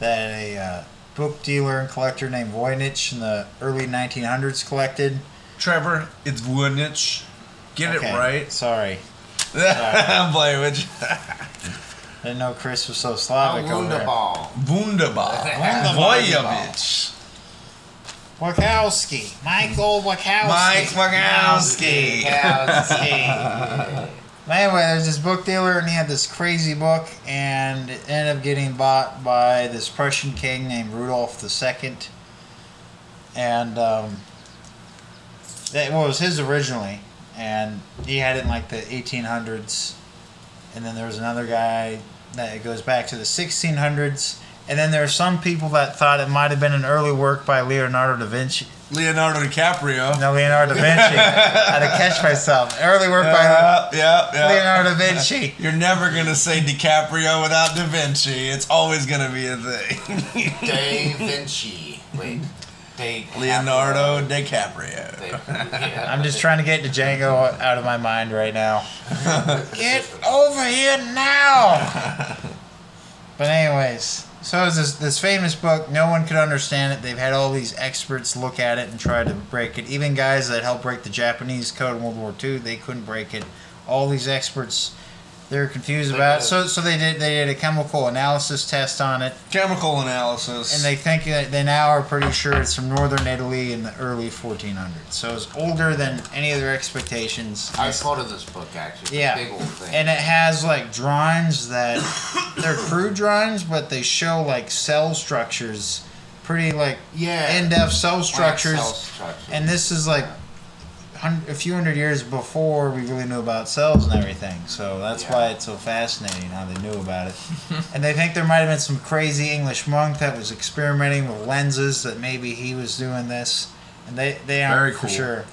Speaker 3: that a uh, book dealer and collector named Voynich in the early 1900s collected.
Speaker 2: Trevor, it's Woodnich. Get
Speaker 3: Okay,
Speaker 2: it right.
Speaker 3: Sorry,
Speaker 2: I'm playing with you.
Speaker 3: I didn't know Chris was so
Speaker 4: A
Speaker 3: Slavic over there.
Speaker 4: Wunderball.
Speaker 2: oh, Wunderbar.
Speaker 4: Wunderbar.
Speaker 2: Wojewicz.
Speaker 3: Wachowski, Michael Wachowski.
Speaker 2: Mike Wagowski.
Speaker 4: Wunderball.
Speaker 3: But anyway, there's this book dealer, and he had this crazy book, and it ended up getting bought by this Prussian king named Rudolf II. And um, that well, it was his originally, and he had it in like the 1800s. And then there was another guy that it goes back to the 1600s. And then there are some people that thought it might have been an early work by Leonardo da Vinci.
Speaker 2: Leonardo DiCaprio.
Speaker 3: No, Leonardo da Vinci. I had to catch myself. Early work by
Speaker 2: Yeah, yeah, yeah.
Speaker 3: Leonardo da Vinci.
Speaker 2: You're never gonna say DiCaprio without Da Vinci. It's always gonna be a thing.
Speaker 4: Da Vinci. Wait. Da
Speaker 2: Leonardo DiCaprio.
Speaker 3: I'm just trying to get Django out of my mind right now. get over here now! But anyways, so it's this, this famous book. No one could understand it. They've had all these experts look at it and try to break it. Even guys that helped break the Japanese code in World War II, they couldn't break it. All these experts, they were confused about. it. So so they did they did a chemical analysis test on it.
Speaker 2: Chemical analysis.
Speaker 3: And they think that they now are pretty sure it's from northern Italy in the early 1400s. So it's older than any of their expectations.
Speaker 4: I quoted this book actually.
Speaker 3: Yeah.
Speaker 4: Yeah. Big old thing.
Speaker 3: And it has like drawings that they're crude drawings, but they show like cell structures, pretty like
Speaker 4: yeah.
Speaker 3: in depth cell
Speaker 4: Plant
Speaker 3: structures.
Speaker 4: cell structures.
Speaker 3: And this is like hun- a few hundred years before we really knew about cells and everything. So that's
Speaker 4: Yeah.
Speaker 3: why it's so fascinating how they knew about it. and they think there might have been some crazy English monk that was experimenting with lenses that maybe he was doing this. And they, they aren't
Speaker 2: Very
Speaker 3: for
Speaker 2: cool.
Speaker 3: sure.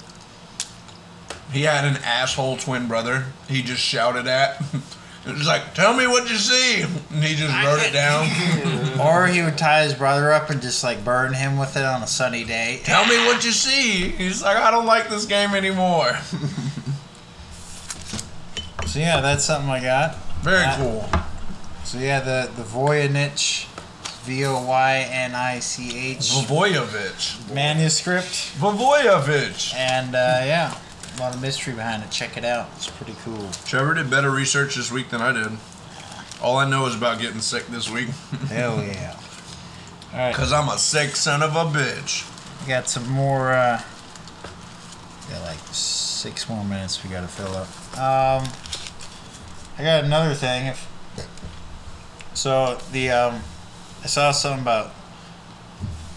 Speaker 2: he had an asshole twin brother he just shouted at. It was like, tell me what you see. And he just wrote it down.
Speaker 3: Or he would tie his brother up and just like burn him with it on a sunny day.
Speaker 2: tell me what you see. He's like, I don't like this game anymore.
Speaker 3: So yeah, that's something I got.
Speaker 2: Very
Speaker 3: Yeah.
Speaker 2: cool.
Speaker 3: So yeah, the the Voynich, V O Y N I C H
Speaker 2: Vovoyevich.
Speaker 3: manuscript.
Speaker 2: Vovoyevich.
Speaker 3: And uh, yeah, a lot of mystery behind it. Check it out. It's pretty cool.
Speaker 2: Trevor did better research this week than I did. All I know is about getting sick this week.
Speaker 3: Hell yeah. All right,
Speaker 2: Because I'm a sick son of a bitch.
Speaker 3: we got some more. Uh, got like six more minutes we got to fill up. Um, I got another thing. If so, the um, I saw something about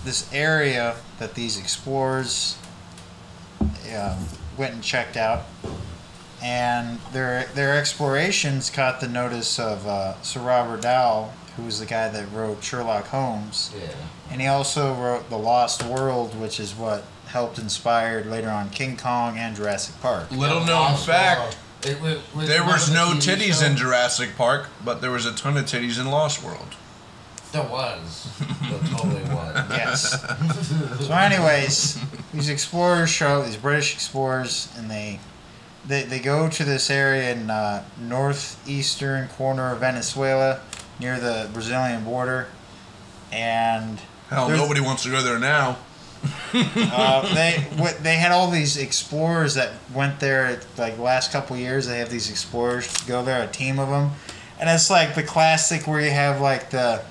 Speaker 3: this area that these explorers um, went and checked out, and their their explorations caught the notice of uh, Sir Robert Dowell, who was the guy that wrote Sherlock Holmes.
Speaker 4: Yeah.
Speaker 3: And he also wrote The Lost World, which is what helped inspire later on King Kong and Jurassic Park.
Speaker 2: Little known
Speaker 4: Lost
Speaker 2: fact,
Speaker 4: World. It wa- was
Speaker 2: there
Speaker 4: one
Speaker 2: was
Speaker 4: of the
Speaker 2: no
Speaker 4: TV
Speaker 2: titties
Speaker 4: shows?
Speaker 2: in Jurassic Park, but there was a ton of titties in Lost World.
Speaker 4: There was. There totally was.
Speaker 3: Yes. so, anyways, these explorers show these British explorers, and they they, they go to this area in uh, northeastern corner of Venezuela, near the Brazilian border, and
Speaker 2: Hell,
Speaker 3: There's-
Speaker 2: nobody wants to go there now.
Speaker 3: uh, they what, they had all these explorers that went there like last couple years. They have these explorers go there, a team of them, and it's like the classic where you have like the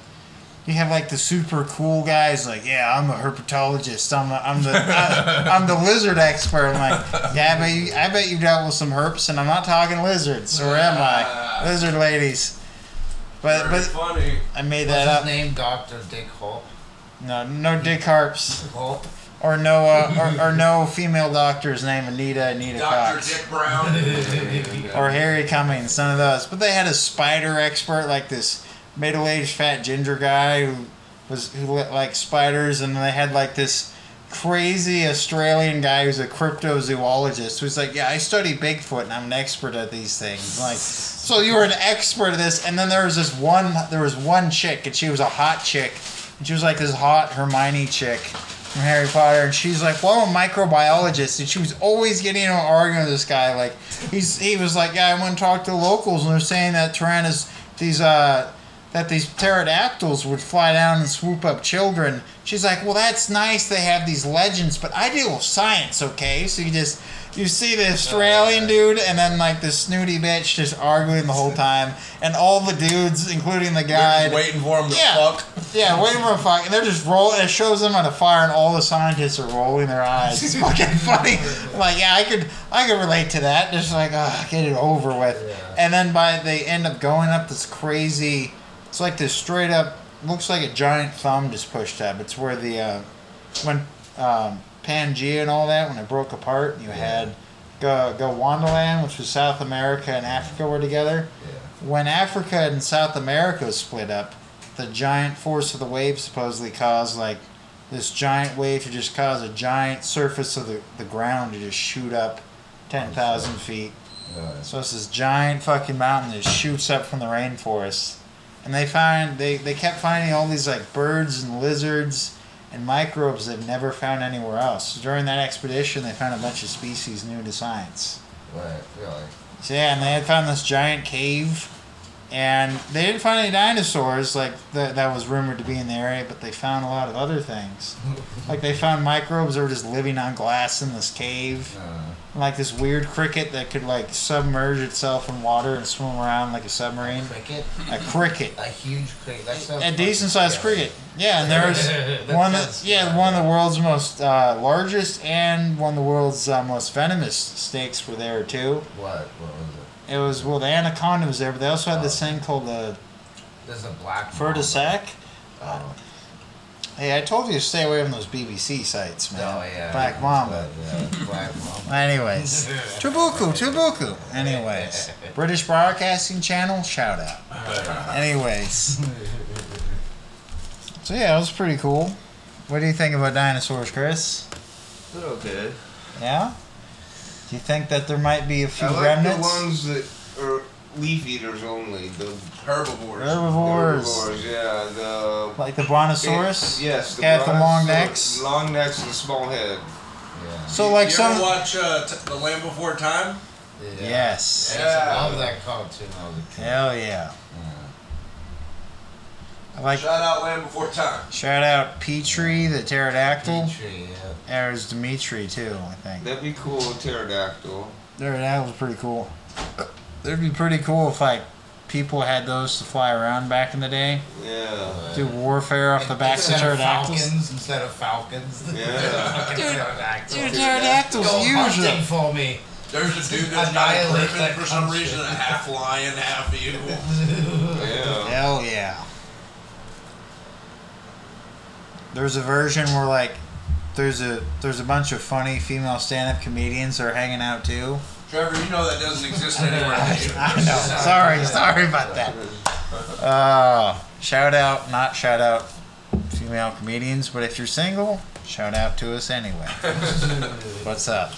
Speaker 3: you have like the super cool guys like yeah I'm a herpetologist I'm a, I'm the I, I'm the lizard expert I'm like yeah I bet you I bet you dealt with some herps and I'm not talking lizards or am I lizard ladies but but
Speaker 2: funny.
Speaker 3: I made
Speaker 4: Was
Speaker 3: that
Speaker 4: his
Speaker 3: up
Speaker 4: name Dr. Dick Holt?
Speaker 3: no no dick harps
Speaker 4: Holt?
Speaker 3: or no uh, or, or no female doctor's name Anita Anita Cox
Speaker 2: Brown.
Speaker 3: or Harry Cummings, none of those. But they had a spider expert like this middle-aged fat ginger guy who was who li- like spiders, and they had like this crazy Australian guy who's a cryptozoologist who's like, yeah, I study Bigfoot and I'm an expert at these things. Like, so you were an expert at this, and then there was this one, there was one chick, and she was a hot chick, and she was like this hot Hermione chick from Harry Potter, and she's like, well, I'm a microbiologist, and she was always getting into an argument with this guy. Like, he's he was like, yeah, I went and talked to the locals, and they're saying that Tyrannus, these uh that these pterodactyls would fly down and swoop up children. She's like, well, that's nice. They have these legends, but I deal with science, okay? So you just you see the Australian dude and then like the snooty bitch just arguing the whole time, and all the dudes, including the guy,
Speaker 2: waiting for him to
Speaker 3: Yeah.
Speaker 2: fuck.
Speaker 3: yeah, waiting for a fuck, and they're just rolling. It shows them on a fire, and all the scientists are rolling their eyes. It's fucking funny. I'm like, yeah, I could, I could relate to that. Just like, ah, get it over with. And then by they end up going up this crazy. It's like this straight up. Looks like a giant thumb just pushed up. It's where the uh, when um, Pangea and all that when it broke apart. You had Go Go Wandaland, which was South America and Africa were together. When Africa and South America split up, the giant force of the wave supposedly caused like this giant wave to just cause a giant surface of the, the ground to just shoot up ten thousand feet. So it's this giant fucking mountain that shoots up from the rainforest. And they find they, they kept finding all these like birds and lizards and microbes they've never found anywhere else. During that expedition they found a bunch of species new to science.
Speaker 4: Right, really.
Speaker 3: So yeah, and they had found this giant cave, and they didn't find any dinosaurs like that. That was rumored to be in the area, but they found a lot of other things. Like they found microbes that were just living on glass in this cave,
Speaker 4: Uh,
Speaker 3: and, like this weird cricket that could like submerge itself in water and swim around like a submarine.
Speaker 4: cricket?
Speaker 3: A cricket.
Speaker 4: A huge cricket. That sounds
Speaker 3: A
Speaker 4: fucking
Speaker 3: decent sized
Speaker 4: scary.
Speaker 3: cricket. Yeah, and there's one that, yeah, one of the world's most uh, largest and one of the world's uh, most venomous snakes were there too.
Speaker 4: What? What was it?
Speaker 3: It was well, the anaconda was there, but they also had this thing called the
Speaker 4: There's a black.
Speaker 3: fer de sac.
Speaker 4: Oh,
Speaker 3: Hey, I told you to stay away from those BBC sites,
Speaker 4: oh
Speaker 3: man.
Speaker 4: yeah.
Speaker 3: Black
Speaker 4: yeah,
Speaker 3: Mamba.
Speaker 4: but, yeah, Black Mamba.
Speaker 3: Anyways, Tubuku, Tubuku. Anyways, British Broadcasting Channel, shout out. Anyways, so yeah, it was pretty cool. What do you think about dinosaurs, Chris?
Speaker 1: They're okay.
Speaker 3: Yeah. Do you think that there might be a few
Speaker 1: I like
Speaker 3: remnants?
Speaker 1: the ones that are leaf eaters only, the herbivores.
Speaker 3: Herbivores.
Speaker 1: The herbivores, yeah. The
Speaker 3: like the brontosaurus?
Speaker 1: Yes, the
Speaker 3: Got the long
Speaker 1: brontosaur-
Speaker 3: necks.
Speaker 1: Long necks and small head.
Speaker 4: Yeah.
Speaker 3: So like
Speaker 2: you
Speaker 3: some.
Speaker 2: ever watch uh, t- The Land Before Time?
Speaker 3: Yes.
Speaker 4: I used to
Speaker 1: Yeah.
Speaker 4: love that cartoon when I was a kid.
Speaker 3: Hell yeah. I like
Speaker 2: Shout out Land Before Time.
Speaker 3: shout out Petrie the pterodactyl.
Speaker 4: Petrie, yeah.
Speaker 3: There's Dimitri too, I think.
Speaker 1: That'd be cool, a pterodactyl.
Speaker 3: There, that was pretty cool. It'd be pretty cool if like people had those to fly around back in the day,
Speaker 1: Yeah.
Speaker 3: do warfare off the backs of
Speaker 4: Instead of
Speaker 3: pterodactyls.
Speaker 4: falcons instead of falcons.
Speaker 1: Yeah.
Speaker 4: Fucking pterodactyls.
Speaker 3: Dude, pterodactyls
Speaker 4: Go
Speaker 3: are huge.
Speaker 4: hunting for me.
Speaker 2: There's a dude that's not a
Speaker 4: Annihilate
Speaker 2: griffin
Speaker 4: that
Speaker 2: for some
Speaker 4: country.
Speaker 2: reason, a half lion, half eagle.
Speaker 1: Yeah.
Speaker 3: Hell yeah. There's a version where like there's a there's a bunch of funny female stand up comedians that are hanging out too.
Speaker 2: Trevor, you know that doesn't exist anywhere. in the
Speaker 3: I
Speaker 2: universe.
Speaker 3: know. Sorry, sorry about that. Uh, shout out, not shout out female comedians, but if you're single, shout out to us anyway. What's up?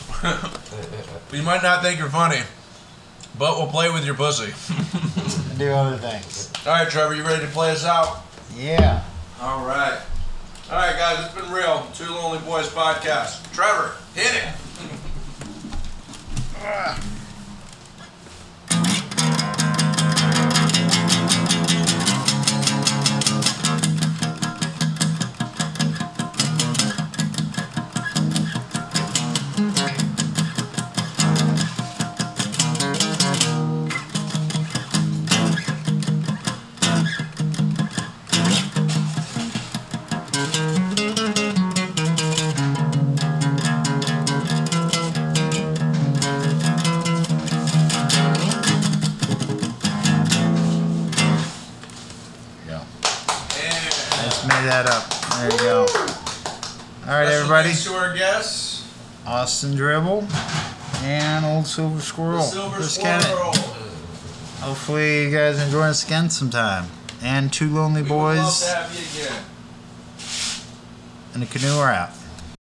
Speaker 2: You might not think you're funny, but we'll play with your pussy.
Speaker 3: Do other things.
Speaker 2: All right, Trevor, you ready to play us out?
Speaker 3: Yeah.
Speaker 2: All right. All right, guys, it's been real. Two Lonely Boys podcast. Trevor, hit it.
Speaker 3: I just made that up. There you go. All right, everybody.
Speaker 2: Thanks to our guests,
Speaker 3: Austin Dribble and Old Silver Squirrel.
Speaker 2: the Silver
Speaker 3: Let's get it.
Speaker 2: Squirrel.
Speaker 3: Hopefully you guys enjoy us again sometime. And two lonely
Speaker 2: We would love
Speaker 3: boys
Speaker 2: to have you again.
Speaker 3: and a canoe are out.